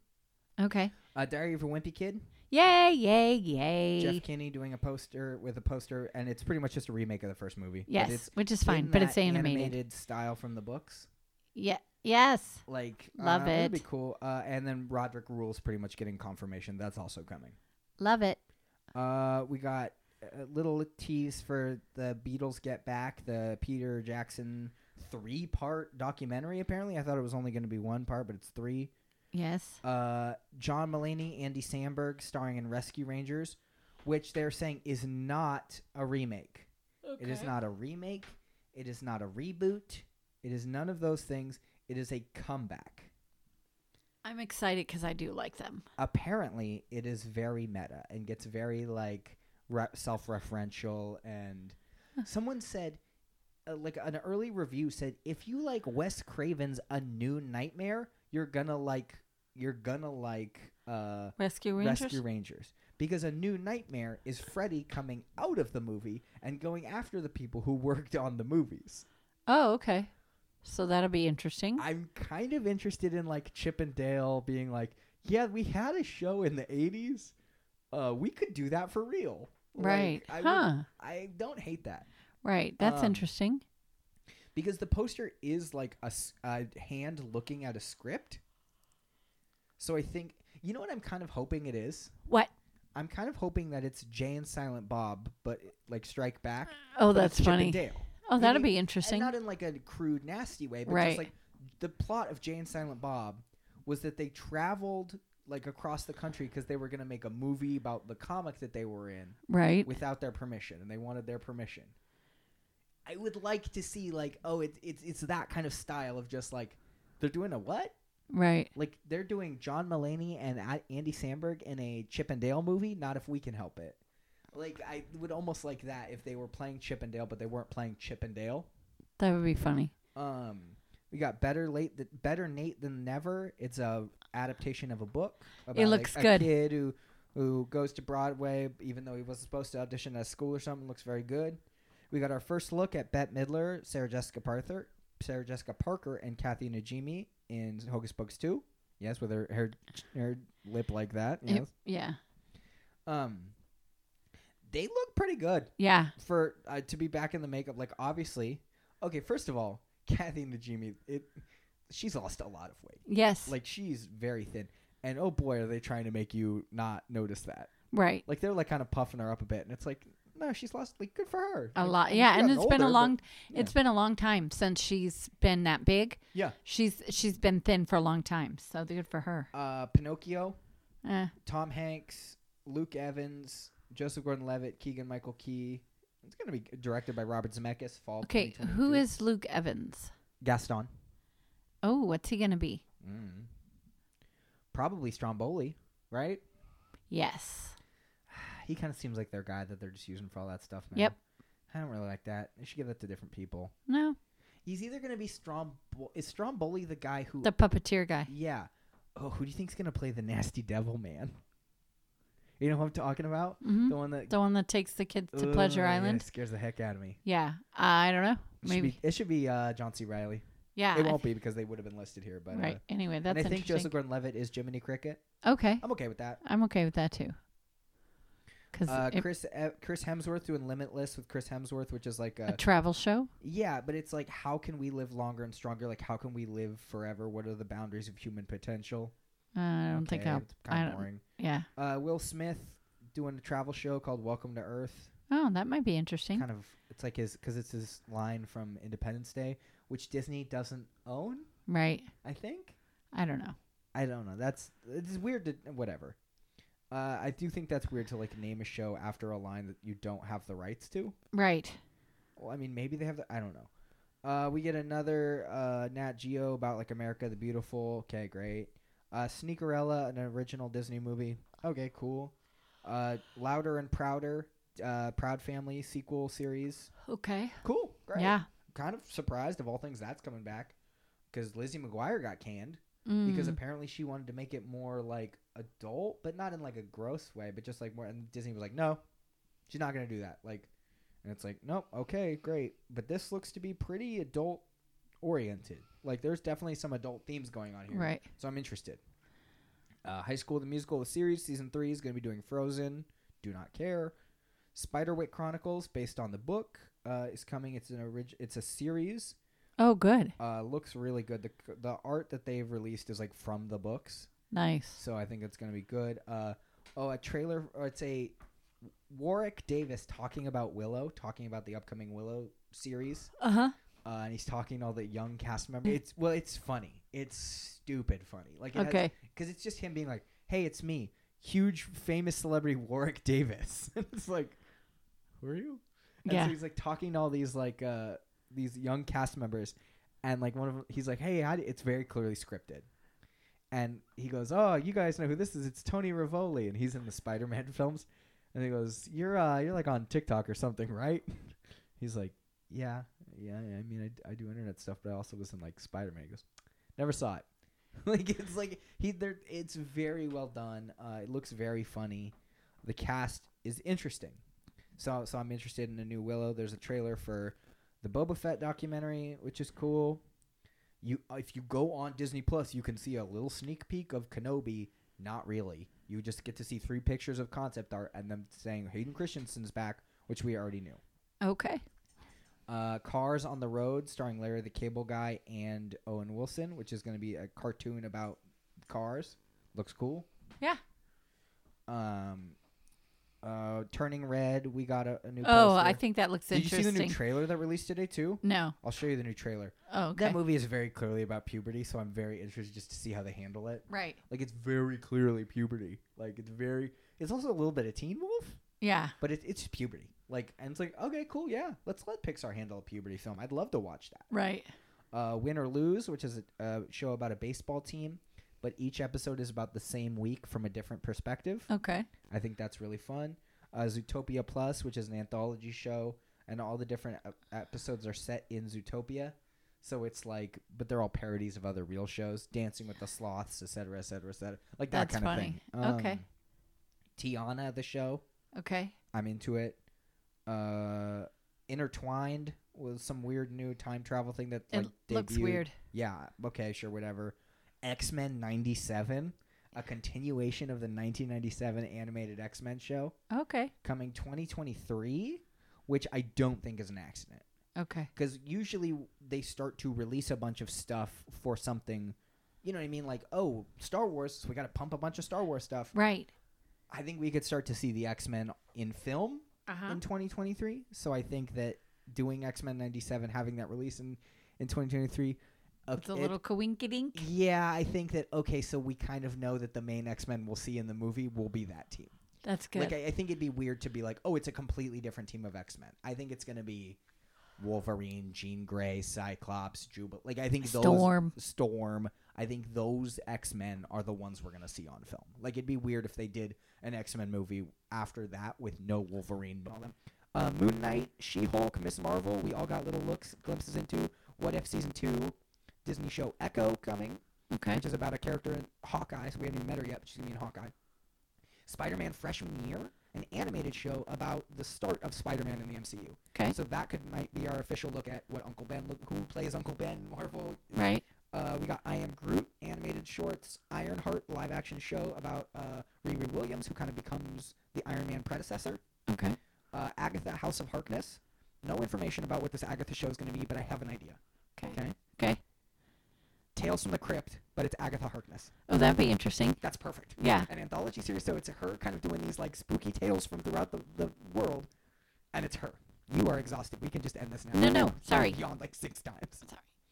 Speaker 2: Okay.
Speaker 1: uh, Diary of a Wimpy Kid.
Speaker 2: Yay! Yay! Yay!
Speaker 1: Jeff Kinney doing a poster with a poster, and it's pretty much just a remake of the first movie. but
Speaker 2: yes,
Speaker 1: it's
Speaker 2: which is
Speaker 1: in
Speaker 2: fine, but it's
Speaker 1: that
Speaker 2: animated.
Speaker 1: style from the books.
Speaker 2: Yeah. Yes.
Speaker 1: Like,
Speaker 2: Love
Speaker 1: uh, it'd
Speaker 2: it.
Speaker 1: be cool. Uh, and then Roderick Rule's pretty much getting confirmation. That's also coming.
Speaker 2: Love it.
Speaker 1: Uh, we got a little tease for the Beatles Get Back, the Peter Jackson three part documentary. Apparently, I thought it was only going to be one part, but it's three.
Speaker 2: Yes.
Speaker 1: Uh, John Mulaney, Andy Samberg, starring in Rescue Rangers, which they're saying is not a remake. It is not a remake. It is not a reboot. It is none of those things. It is a comeback.
Speaker 2: I'm excited because I do like them.
Speaker 1: apparently it is very meta and gets very like re- self-referential and someone said uh, like an early review said if you like wes craven's a new nightmare you're gonna like you're gonna like uh
Speaker 2: Rescue Rangers.
Speaker 1: rescue rangers because a new nightmare is freddy coming out of the movie and going after the people who worked on the movies
Speaker 2: Oh, okay. So that'll be interesting.
Speaker 1: i'm kind of interested in like chip and dale being like yeah we had a show in the 80s uh we could do that for real Like,
Speaker 2: right.
Speaker 1: I, would-
Speaker 2: huh.
Speaker 1: I don't hate that
Speaker 2: Right. That's
Speaker 1: um,
Speaker 2: interesting.
Speaker 1: because the poster is like a, s- a hand looking at a script so i think you know what i'm kind of hoping it is
Speaker 2: What?
Speaker 1: i'm kind of hoping that it's jay and silent bob but like strike back
Speaker 2: Oh,
Speaker 1: but it's
Speaker 2: that's
Speaker 1: Chip and
Speaker 2: funny.
Speaker 1: dale
Speaker 2: Oh, that'll
Speaker 1: Maybe-
Speaker 2: be
Speaker 1: and
Speaker 2: interesting.
Speaker 1: not in like a crude, nasty way, but
Speaker 2: Right.
Speaker 1: just like the plot of Jay and Silent Bob was that they traveled like across the country because they were going to make a movie about the comic that they were in
Speaker 2: right.
Speaker 1: without their permission, and they wanted their permission. I would like to see like, oh, it's it's it's that kind of style of just like they're doing a what?
Speaker 2: Right.
Speaker 1: Like they're doing John Mulaney and A- Andy Samberg in a Chip and Dale movie. Not if we can help it. Like I would almost like that if they were playing Chip and Dale, but they weren't playing Chip and Dale.
Speaker 2: That would be funny.
Speaker 1: Um, we got better late, th- better Nate than never. It's a adaptation of a book. About, like,
Speaker 2: looks
Speaker 1: a
Speaker 2: good.
Speaker 1: kid who who goes to Broadway, even though he wasn't supposed to audition at a school or something. Looks very good. We got our first look at Bette Midler, Sarah Jessica Parker, Sarah Jessica Parker, and Kathy Najimy in Hocus Pocus Two. Yes, with her her, her lip like that.
Speaker 2: It-
Speaker 1: Yes.
Speaker 2: yeah.
Speaker 1: Um, they look pretty good
Speaker 2: Yeah.
Speaker 1: for uh, to be back in the makeup. Like obviously, okay. First of all, Kathy Najimy, it she's lost a lot of weight.
Speaker 2: Yes.
Speaker 1: Like she's very thin, and oh boy, are they trying to make you not notice that.
Speaker 2: right.
Speaker 1: Like they're like kind of puffing her up a bit, and it's like no, she's lost. Like good for her.
Speaker 2: A
Speaker 1: Like,
Speaker 2: lot.
Speaker 1: she's
Speaker 2: Yeah, and
Speaker 1: gotten
Speaker 2: it's been a
Speaker 1: older, but-
Speaker 2: long
Speaker 1: yeah.
Speaker 2: it's been a long time since she's been that big.
Speaker 1: Yeah.
Speaker 2: She's she's been thin for a long time. So good for her.
Speaker 1: Uh, Pinocchio,
Speaker 2: Eh.
Speaker 1: Tom Hanks, Luke Evans, Joseph Gordon-Levitt, Keegan Michael Key. It's gonna be directed by Robert Zemeckis. Fall.
Speaker 2: Okay, who
Speaker 1: 2022.
Speaker 2: is Luke Evans?
Speaker 1: Gaston?
Speaker 2: Oh, what's he going to be?
Speaker 1: Mm. Probably Stromboli, right?
Speaker 2: Yes.
Speaker 1: He kind of seems like their guy that they're just using for all that stuff. Now.
Speaker 2: Yep.
Speaker 1: I don't really like that. They should give that to different people.
Speaker 2: No.
Speaker 1: He's either gonna be Stromboli. Is Stromboli the guy who?
Speaker 2: The puppeteer guy.
Speaker 1: yeah. Oh, who do you think's gonna play the nasty devil man? You know who I'm talking about?
Speaker 2: hmm
Speaker 1: The Uh, one that
Speaker 2: The one that takes the kids to Pleasure
Speaker 1: Ugh, yeah,
Speaker 2: Island.
Speaker 1: it scares the heck out of me.
Speaker 2: Yeah. I don't know.
Speaker 1: It should
Speaker 2: Maybe.
Speaker 1: be, it should be uh, John C. Riley.
Speaker 2: yeah. I
Speaker 1: it won't be because they would have been listed here, but
Speaker 2: think-
Speaker 1: uh,
Speaker 2: right. Anyway,
Speaker 1: and
Speaker 2: that's
Speaker 1: I
Speaker 2: interesting.
Speaker 1: think Joseph Gordon-Levitt is Jiminy Cricket.
Speaker 2: okay.
Speaker 1: I'm okay with that.
Speaker 2: I'm okay with that too. Because
Speaker 1: Uh, Chris E- Chris Hemsworth doing Limitless with Chris Hemsworth, which is like
Speaker 2: a
Speaker 1: a
Speaker 2: travel show.
Speaker 1: yeah, but it's like how can we live longer and stronger? Like how can we live forever? What are the boundaries of human potential?
Speaker 2: Uh, I don't think I'll.
Speaker 1: it's
Speaker 2: I
Speaker 1: kind of
Speaker 2: don't-
Speaker 1: boring.
Speaker 2: Yeah.
Speaker 1: Uh, Will Smith doing a travel show called Welcome to Earth.
Speaker 2: Oh, that might be interesting.
Speaker 1: Kind of it's like his because it's his line from Independence Day, which Disney doesn't own.
Speaker 2: Right.
Speaker 1: I think
Speaker 2: I don't know.
Speaker 1: I don't know. That's it's weird to whatever. Uh, I do think that's weird to like name a show after a line that you don't have the rights to.
Speaker 2: Right.
Speaker 1: Well, I mean, maybe they have the. I don't know. Uh, we get another uh, Nat Geo about like America the Beautiful. Okay, great. Uh, Sneakerella, an original Disney movie. Okay, cool. Uh, Louder and Prouder, uh, Proud Family sequel series.
Speaker 2: Okay.
Speaker 1: Cool, great.
Speaker 2: Yeah.
Speaker 1: Kind of surprised of all things that's coming back because Lizzie McGuire got canned
Speaker 2: Mm.
Speaker 1: because apparently she wanted to make it more like adult, but not in like a gross way, but just like more. And Disney was like, no, she's not gonna do that. Like, and it's like, nope, okay, great, but this looks to be pretty adult oriented. Like, there's definitely some adult themes going on here,
Speaker 2: right.
Speaker 1: So I'm interested. Uh, High School the Musical the series season three is gonna be doing Frozen. Do not care. Spiderwick Chronicles, based on the book, uh, is coming. It's an orig- It's a series
Speaker 2: Oh, good.
Speaker 1: uh, looks really good. The c- the art that they've released is like from the books,
Speaker 2: Nice.
Speaker 1: so I think it's gonna be good. Uh, oh, a trailer. Or it's a Warwick Davis talking about Willow, talking about the upcoming Willow series,
Speaker 2: Uh huh.
Speaker 1: uh, and he's talking to all the young cast members. It's well, it's funny. It's stupid funny. Like it
Speaker 2: Okay.
Speaker 1: because it's just him being like, "Hey, it's me, huge famous celebrity Warwick Davis." and it's like, who are you? And
Speaker 2: Yeah.
Speaker 1: so he's like talking to all these like uh these young cast members, and like one of them, he's like, "Hey, how do-" it's very clearly scripted." And he goes, "Oh, you guys know who this is? It's Tony Rivoli, and he's in the Spider-Man films." And he goes, "You're uh you're like on TikTok or something, right?" he's like, "Yeah, yeah. I mean, I, I do internet stuff, but I also was in like Spider-Man." He goes, "Never saw it." like it's like he there it's very well done uh, it looks very funny the cast is interesting so so i'm interested in a new willow there's a trailer for the boba fett documentary which is cool you uh, if you go on disney plus you can see a little sneak peek of kenobi not really you just get to see three pictures of concept art and them saying hayden christensen's back which we already knew
Speaker 2: Okay.
Speaker 1: uh, Cars on the Road, starring Larry the Cable Guy and Owen Wilson, which is going to be a cartoon about cars. Looks cool.
Speaker 2: Yeah.
Speaker 1: Um, uh, Turning Red, we got a, a new.
Speaker 2: Oh, I
Speaker 1: poster.
Speaker 2: think that looks
Speaker 1: Did you see
Speaker 2: interesting.
Speaker 1: the new trailer that released today too?
Speaker 2: no.
Speaker 1: I'll show you the new trailer.
Speaker 2: Oh, okay.
Speaker 1: That movie is very clearly about puberty, so I'm very interested just to see how they handle it.
Speaker 2: Right.
Speaker 1: Like it's very clearly puberty. Like it's very. It's also a little bit of Teen Wolf.
Speaker 2: Yeah.
Speaker 1: But it, it's puberty. Like, and it's like, okay, cool, yeah. Let's let Pixar handle a puberty film. I'd love to watch that.
Speaker 2: Right.
Speaker 1: Uh, Win or Lose, which is a, a show about a baseball team, but each episode is about the same week from a different perspective.
Speaker 5: Oh.
Speaker 2: Okay.
Speaker 1: I think that's really fun. Uh, Zootopia e, Plus, which is an anthology show, and all the different ep- episodes are set in Zootopia.
Speaker 6: So it's like, but they're all parodies of other real shows, Dancing with the Sloths, et cetera, et cetera, et cetera. Like that kind
Speaker 5: That's funny.
Speaker 6: of
Speaker 1: Um,
Speaker 6: thing.
Speaker 5: Okay.
Speaker 6: Tiana, the show,
Speaker 5: Okay.
Speaker 6: I'm into it. Uh, Intertwined was some weird new time travel thing that
Speaker 5: It
Speaker 6: like
Speaker 5: looks
Speaker 6: debuted.
Speaker 5: weird.
Speaker 6: Yeah. Okay. Sure. Whatever. X Men '97, a continuation of the 1997 animated X Men show,
Speaker 5: Okay.
Speaker 6: coming 2023, which I don't think is an accident
Speaker 5: Okay.
Speaker 6: because usually they start to release a bunch of stuff for something. You know what I mean? Like, oh, Star Wars, so we got to pump a bunch of Star Wars stuff.
Speaker 5: Right.
Speaker 6: I think we could start to see the X Men in film
Speaker 5: Uh
Speaker 2: Uh-huh.
Speaker 5: huh.
Speaker 6: in 2023. So I think that doing X Men 97, having that release in, in 2023, okay,
Speaker 5: It's a little coinkydink.
Speaker 6: yeah, I think that okay. So we kind of know that the main X Men we'll see in the movie will be that team.
Speaker 5: That's good.
Speaker 6: Like I, I think it'd be weird to be like, oh, it's a completely different team of X Men. I think it's gonna be Wolverine, Jean Grey, Cyclops, Jubilee. Like I think those
Speaker 5: Storm.
Speaker 6: Storm. I think those X Men are the ones we're gonna see on film. Like it'd be weird if they did an X Men movie after that with no Wolverine. no-
Speaker 1: Uh, Moon Knight, She Hulk, Miss Marvel. We all got little looks, glimpses into What If season two, Disney show Echo coming,
Speaker 2: Okay.
Speaker 1: which is about a character in Hawkeye. So we haven't even met her yet, but she's gonna be in Hawkeye. Spider-Man freshman year, an animated show about the start of Spider-Man in the MCU.
Speaker 2: Okay.
Speaker 1: So that could might be our official look at what Uncle Ben look who plays Uncle Ben in Marvel.
Speaker 2: Right.
Speaker 1: Uh, we got I Am Groot animated shorts, Ironheart live action show about uh, Riri Williams who kind of becomes the Iron Man predecessor
Speaker 2: Okay.
Speaker 1: uh, Agatha House of Harkness. No information about what this Agatha show is going to be, but I have an idea.
Speaker 2: Okay.
Speaker 1: Okay.
Speaker 2: Okay.
Speaker 1: Tales from the Crypt, but it's Agatha Harkness.
Speaker 2: Oh, that'd be interesting.
Speaker 1: That's perfect.
Speaker 2: Yeah.
Speaker 1: An anthology series, so it's her kind of doing these like spooky tales from throughout the, the world, and it's her. You are exhausted. We can just end this now.
Speaker 2: No, no.
Speaker 1: Sorry.
Speaker 2: Sorry.
Speaker 1: Yawned like six times.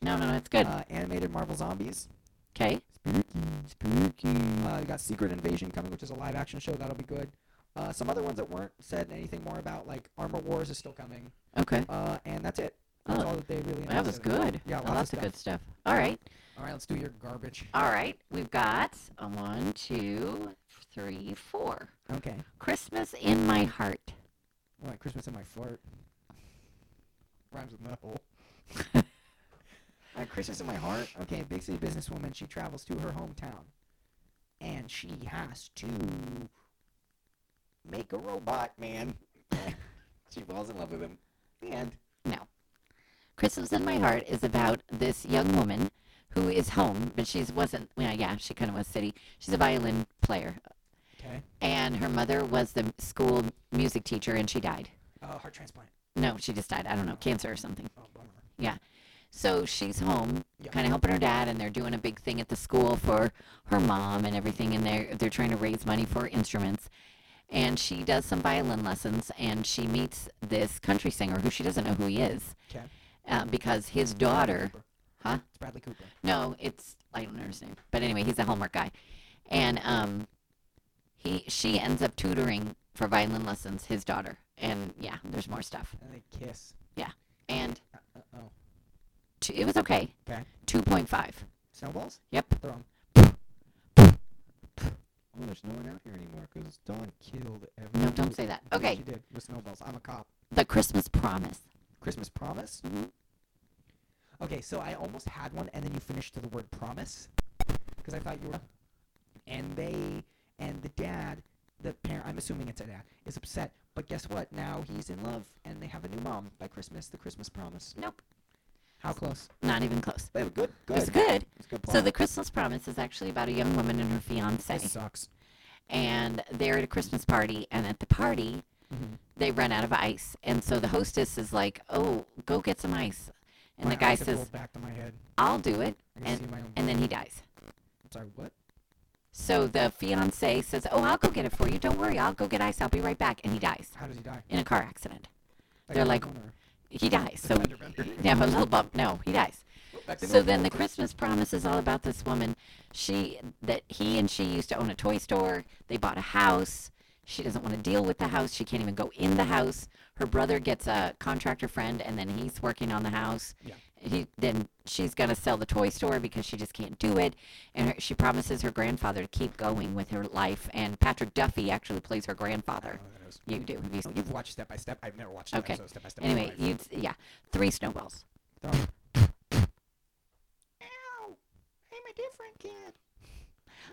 Speaker 2: No, no, it's good.
Speaker 1: Uh, animated Marvel Zombies.
Speaker 2: Okay.
Speaker 1: Spooky. Spooky. Uh, you got Secret Invasion coming, which is a live action show. That'll be good. Uh, some other ones that weren't said anything more about, like Armor Wars is still coming.
Speaker 2: Okay.
Speaker 1: Uh, and that's it. That's
Speaker 2: Oh.
Speaker 1: all that they really.
Speaker 2: That
Speaker 1: announced
Speaker 2: was
Speaker 1: at the moment.
Speaker 2: good.
Speaker 1: Yeah, lots
Speaker 2: Oh,
Speaker 1: of
Speaker 2: lots of
Speaker 1: stuff.
Speaker 2: good stuff. All right.
Speaker 1: All right, let's do your garbage.
Speaker 2: All right. We've got a one, two, three, four.
Speaker 1: Okay.
Speaker 2: Christmas in my heart.
Speaker 1: All right, Christmas in my fart. Rhymes with no. All right, Christmas in my heart. Okay, big city businesswoman. She travels to her hometown, and she has to make a robot man. she falls in love with him. The end.
Speaker 2: Christmas in My Heart is about this young woman who is home, but she wasn't. Well, yeah, she kind of was city. She's a violin player,
Speaker 1: Okay.
Speaker 2: and her mother was the school music teacher, and she died.
Speaker 1: Uh, heart transplant.
Speaker 2: No, she just died. I don't know, cancer or something.
Speaker 1: Oh, bummer.
Speaker 2: So she's home,
Speaker 1: Yeah.
Speaker 2: kind of helping her dad, and they're doing a big thing at the school for her mom and everything, and they're they're trying to raise money for instruments. And she does some violin lessons, and she meets this country singer who she doesn't know who he is,
Speaker 1: Okay.
Speaker 2: uh, because his daughter,
Speaker 1: Cooper.
Speaker 2: huh?
Speaker 1: It's Bradley Cooper.
Speaker 2: No, it's I don't know his name, but anyway, he's a Hallmark guy, and um, he she ends up tutoring for violin lessons his daughter, and yeah, there's more stuff,
Speaker 1: And they kiss.
Speaker 2: and
Speaker 1: Uh oh.
Speaker 2: t- it was okay.
Speaker 1: Okay.
Speaker 2: Two point five.
Speaker 1: Snowballs?
Speaker 2: Yep.
Speaker 1: Throw 'em. Oh, there's no one out here anymore because Dawn killed everyone.
Speaker 2: No, don't say that.
Speaker 1: Yeah,
Speaker 2: Okay,
Speaker 1: She did with snowballs. I'm a cop.
Speaker 2: the Christmas promise.
Speaker 1: Christmas promise?
Speaker 2: Mm-hmm.
Speaker 1: Okay, so I almost had one, and then you finished the word promise because I thought you were. And they, and the dad, the parent, I'm assuming it's a dad, is upset. But guess what? Now he's in love, and they have a new mom by Christmas, the Christmas promise.
Speaker 2: Nope,
Speaker 1: How close?
Speaker 2: not even close.
Speaker 1: They have a good, good.
Speaker 2: It's good.
Speaker 1: It's good
Speaker 2: So the Christmas promise is actually about a young woman and her fiance.
Speaker 1: This sucks.
Speaker 2: and they're at a Christmas party, and at the party,
Speaker 1: Mhm.
Speaker 2: they run out of ice, and so the hostess is like, "Oh, go get some ice," and
Speaker 1: My
Speaker 2: the guy
Speaker 1: eyes have
Speaker 2: says,
Speaker 1: rolled back to my head.
Speaker 2: "I'll do it,"
Speaker 1: I can
Speaker 2: and
Speaker 1: see my own.
Speaker 2: and then he dies.
Speaker 1: Sorry, what?
Speaker 2: So the fiance says, "Oh, I'll go get it for you. Don't worry, I'll go get ice. I'll be right back," and he dies
Speaker 1: How does he die?
Speaker 2: in a car accident. They're like, He dies. So
Speaker 1: Fender bender.
Speaker 2: yeah, but a little bump. No, he dies.
Speaker 1: Back to
Speaker 2: So
Speaker 1: normal.
Speaker 2: then the Christmas promise is all about this woman. She that he and she used to own a toy store. They bought a house. She doesn't want to deal with the house. She can't even go in the house. Her brother gets a contractor friend and then he's working on the house.
Speaker 1: Yeah.
Speaker 2: He then she's going to sell the toy store because she just can't do it and her, she promises her grandfather to keep going with her life and Patrick Duffy actually plays her grandfather.
Speaker 1: Oh, that was-
Speaker 2: You do. Have you
Speaker 1: Oh,
Speaker 2: seen-
Speaker 1: You've watched Step by Step. I've never watched an
Speaker 2: Okay.
Speaker 1: episode of Step by Step. in my
Speaker 2: Anyway,
Speaker 1: life.
Speaker 2: you yeah, three snowballs.
Speaker 1: Throw 'em. a different kid.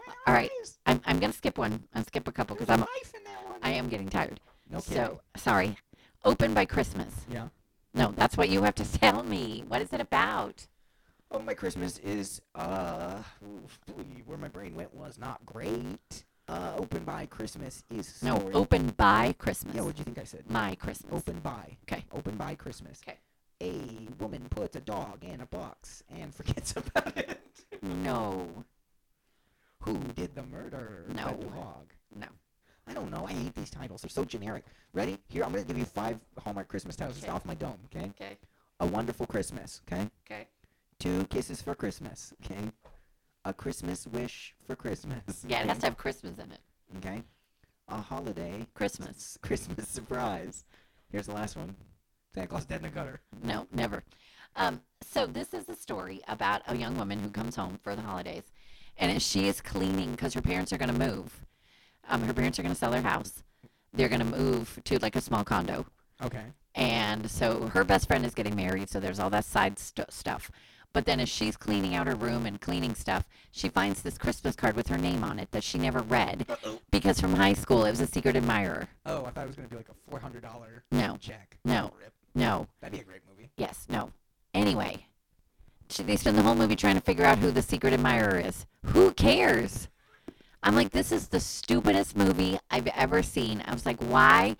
Speaker 1: My
Speaker 2: All right.
Speaker 1: eyes,
Speaker 2: I'm, I'm gonna skip one. I'll skip a couple
Speaker 1: There's
Speaker 2: because
Speaker 1: a
Speaker 2: I'm
Speaker 1: life in that one.
Speaker 2: I am getting tired.
Speaker 1: no kidding.
Speaker 2: So sorry. Open by Christmas.
Speaker 1: Yeah.
Speaker 2: No, that's what you have to tell me. What is it about?
Speaker 1: Oh, my Christmas is uh, oof, boy, where my brain went was not great. Uh, open by Christmas is
Speaker 2: No,
Speaker 1: story-
Speaker 2: open by Christmas.
Speaker 1: Yeah, what do you think I said?
Speaker 2: my Christmas.
Speaker 1: Open by.
Speaker 2: 'Kay.
Speaker 1: Open by Christmas.
Speaker 2: 'Kay.
Speaker 1: A woman puts a dog in a box and forgets about it.
Speaker 2: No.
Speaker 1: Who did the murder?
Speaker 2: No.
Speaker 1: The dog.
Speaker 2: No.
Speaker 1: I don't know. I hate these titles. They're so generic. Ready? Here, I'm gonna give you five Hallmark Christmas titles just
Speaker 2: Okay.
Speaker 1: off my dome. Okay.
Speaker 2: Okay.
Speaker 1: A Wonderful Christmas. Okay.
Speaker 2: Okay.
Speaker 1: Two Kisses for Christmas. Okay. A Christmas Wish for Christmas.
Speaker 2: Yeah, it has
Speaker 1: okay?
Speaker 2: to have Christmas in it.
Speaker 1: Okay. A holiday
Speaker 2: Christmas.
Speaker 1: s- Christmas surprise. Here's the last one. Santa Claus dead in a gutter.
Speaker 2: No, never. Um, so this is a story about a young woman who comes home for the holidays, and as she is cleaning because her parents are going to move. Um, her parents are going to sell their house. They're going to move to like a small condo,
Speaker 1: Okay.
Speaker 2: and so her best friend is getting married. So there's all that side st- stuff. But then as she's cleaning out her room and cleaning stuff, she finds this Christmas card with her name on it that she never read
Speaker 1: Uh-oh.
Speaker 2: because from high school it was a secret admirer.
Speaker 1: Oh, I thought it was gonna be like a four hundred dollar
Speaker 2: No,
Speaker 1: check. Oh,
Speaker 2: No.
Speaker 1: Rip.
Speaker 2: no,
Speaker 1: That'd be a great movie.
Speaker 2: Yes, no. Anyway, she, they spend the whole movie trying to figure out who the secret admirer is. Who cares? I'm like, this is the stupidest movie I've ever seen. I was like, why?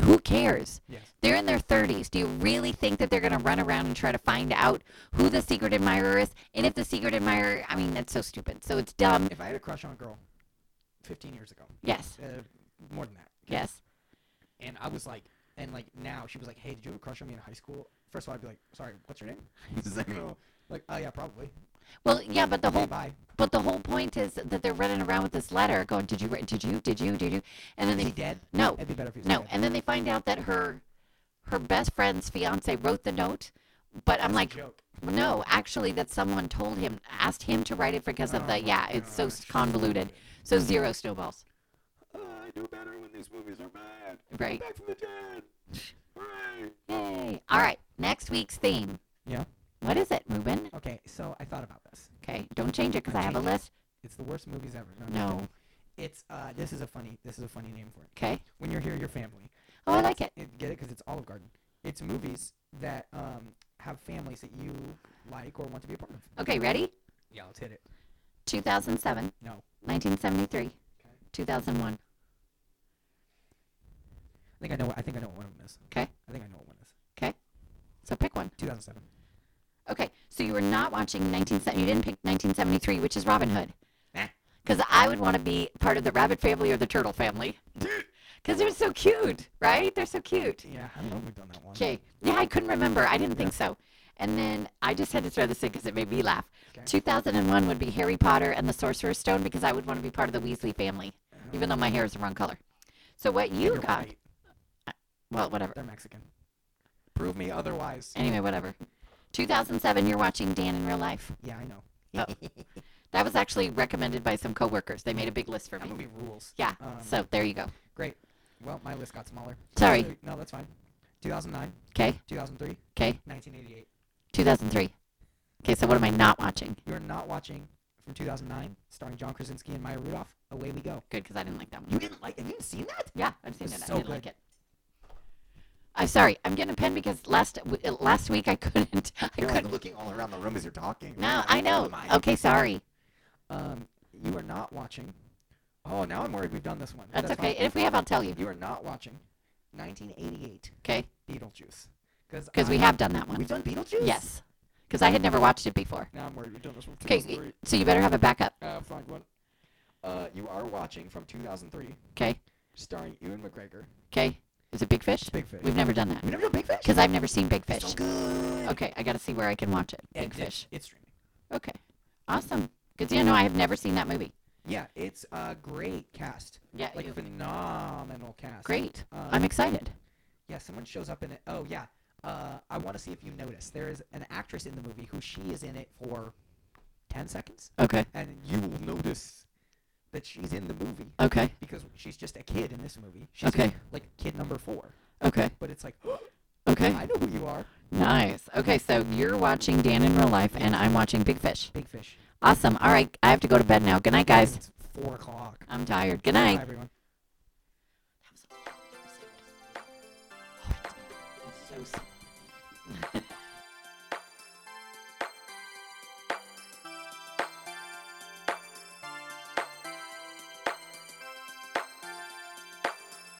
Speaker 2: Who cares?
Speaker 1: Yes.
Speaker 2: They're in their 30s. Do you really think that they're going to run around and try to find out who the secret admirer is? And if the secret admirer, I mean, that's so stupid. So it's dumb.
Speaker 1: If I had a crush on a girl, fifteen years ago,
Speaker 2: Yes,
Speaker 1: uh, more than that,
Speaker 2: yes.
Speaker 1: and I was like, and like now she was like, hey, did you have a crush on me in high school? First of all, I'd be like, sorry, what's your name? She's like, "Oh." like, oh yeah, probably.
Speaker 2: Well, yeah, but the
Speaker 1: Okay,
Speaker 2: whole
Speaker 1: bye.
Speaker 2: but the whole point is that they're running around with this letter, going, "Did you? write- Did you? Did you? Did you?" And then
Speaker 1: Is
Speaker 2: they
Speaker 1: he dead?
Speaker 2: no,
Speaker 1: It'd be better if he was
Speaker 2: No,
Speaker 1: dead.
Speaker 2: and then they find out that her her best friend's fiance wrote the note, but I'm like,
Speaker 1: joke.
Speaker 2: no, actually, that someone told him, asked him to write it because of the yeah, it's so s- convoluted. So zero snowballs,
Speaker 1: Oh, I do better when these movies are bad.
Speaker 2: right?
Speaker 1: Back from the dead. Hooray.
Speaker 2: Yay! All right, next week's theme.
Speaker 1: Yeah.
Speaker 2: What is it, Ruben?
Speaker 1: Okay, so I thought about this.
Speaker 2: Okay, don't change it because I have a
Speaker 1: Change it.
Speaker 2: list.
Speaker 1: It's the worst movies ever. I'm just
Speaker 2: No.
Speaker 1: kidding. It's uh, this is a funny, this is a funny name for it.
Speaker 2: Okay.
Speaker 1: When you're here, your family.
Speaker 2: Oh, I like it.
Speaker 1: It- Get it because it's Olive Garden. It's movies that um have families that you like or want to be a part of.
Speaker 2: Okay, ready?
Speaker 1: Yeah, let's hit it.
Speaker 2: 2007,
Speaker 1: No,
Speaker 2: 1973, 2001.
Speaker 1: I think I know. What, I think I know what one of them is.
Speaker 2: 'Kay.
Speaker 1: I think I know what one is.
Speaker 2: So pick one.
Speaker 1: 2007.
Speaker 2: Okay, so you were not watching 19. se- You didn't pick 1973, which is Robin Hood,
Speaker 1: Nah.
Speaker 2: because I would want to be part of the rabbit family or the turtle family, because they're so cute, right? They're so cute.
Speaker 1: Yeah, I don't know if we've done that one.
Speaker 2: Okay, yeah, I couldn't remember. I didn't think so. And then I just had to throw this in because it made me laugh.
Speaker 1: Okay.
Speaker 2: 2001 would be Harry Potter and the Sorcerer's Stone because I would want to be part of the Weasley family, even though my hair is the wrong color. So what you
Speaker 1: You're
Speaker 2: got?
Speaker 1: right.
Speaker 2: Well, whatever.
Speaker 1: They're Mexican. Prove me otherwise.
Speaker 2: Anyway, whatever. 2007, you're watching Dan in real life.
Speaker 1: Yeah, I know.
Speaker 2: That was actually recommended by some coworkers. They made a big list for
Speaker 1: That
Speaker 2: me.
Speaker 1: movie rules.
Speaker 2: Yeah.
Speaker 1: Um,
Speaker 2: So there you go.
Speaker 1: Great. Well, my list got smaller.
Speaker 2: Sorry.
Speaker 1: No, that's fine. 2009,
Speaker 2: Okay.
Speaker 1: 2003,
Speaker 2: Okay.
Speaker 1: 1988.
Speaker 2: 2003. Okay. So what am I not watching?
Speaker 1: You're not watching from 2009, starring John Krasinski and Maya Rudolph. Away we go.
Speaker 2: Good, because I didn't like that one.
Speaker 1: You didn't like? Have you seen that?
Speaker 2: Yeah, I've seen
Speaker 1: It's
Speaker 2: it.
Speaker 1: so
Speaker 2: I didn't
Speaker 1: good.
Speaker 2: like it. I'm sorry. I'm getting a pen because last w- uh, last week I couldn't. I
Speaker 1: You're like
Speaker 2: couldn't.
Speaker 1: looking all around the room as you're talking.
Speaker 2: No,
Speaker 1: Like,
Speaker 2: I know.
Speaker 1: am I?
Speaker 2: Okay, sorry.
Speaker 1: Um, you are not watching. Oh, now I'm worried we've done this one. but
Speaker 2: That's okay.
Speaker 1: fine.
Speaker 2: If we have, I'll tell you.
Speaker 1: You are not watching 1988
Speaker 2: Okay,
Speaker 1: Beetlejuice
Speaker 2: because
Speaker 1: Uh-huh.
Speaker 2: we have done that
Speaker 1: we've done
Speaker 2: one.
Speaker 1: Beetlejuice.
Speaker 2: Yes, because I had never watched it before.
Speaker 1: Now I'm worried we've done this one.
Speaker 2: Okay, so you better have a backup.
Speaker 1: Uh, find one. Uh, you are watching from 2003,
Speaker 2: Okay,
Speaker 1: starring Ewan McGregor.
Speaker 2: okay. Is it Big Fish?
Speaker 1: Big Fish.
Speaker 2: We've never done that
Speaker 1: We've never done Big Fish.
Speaker 2: because I've never seen Big Fish.
Speaker 1: So good.
Speaker 2: Okay, I gotta see where I can watch it.
Speaker 1: And
Speaker 2: Big
Speaker 1: it's-
Speaker 2: Fish.
Speaker 1: It's streaming.
Speaker 2: Okay, awesome. Because you know I have never seen that movie.
Speaker 1: Yeah, it's a great cast.
Speaker 2: Yeah,
Speaker 1: Like
Speaker 2: you-
Speaker 1: phenomenal cast.
Speaker 2: great.
Speaker 1: Um,
Speaker 2: I'm excited.
Speaker 1: yeah, someone shows up in it. Oh yeah. Uh, I want to see if you notice. There is an actress in the movie who she is in it for 10 seconds,
Speaker 2: Okay.
Speaker 1: and you will notice that she's in the movie
Speaker 2: Okay.
Speaker 1: because she's just a kid in this movie. She's
Speaker 2: Okay.
Speaker 1: like kid number four,
Speaker 2: Okay.
Speaker 1: but it's like
Speaker 2: Okay.
Speaker 1: I know who you are.
Speaker 2: Nice. Okay, so you're watching Dan in real life, and I'm watching Big Fish.
Speaker 1: Big Fish.
Speaker 2: Awesome. All right. I have to go to bed now. Good night, guys.
Speaker 1: It's four o'clock.
Speaker 2: I'm tired. Good
Speaker 1: Bye,
Speaker 2: night.
Speaker 1: everyone.
Speaker 2: That was- that was so- oh, it's so sad.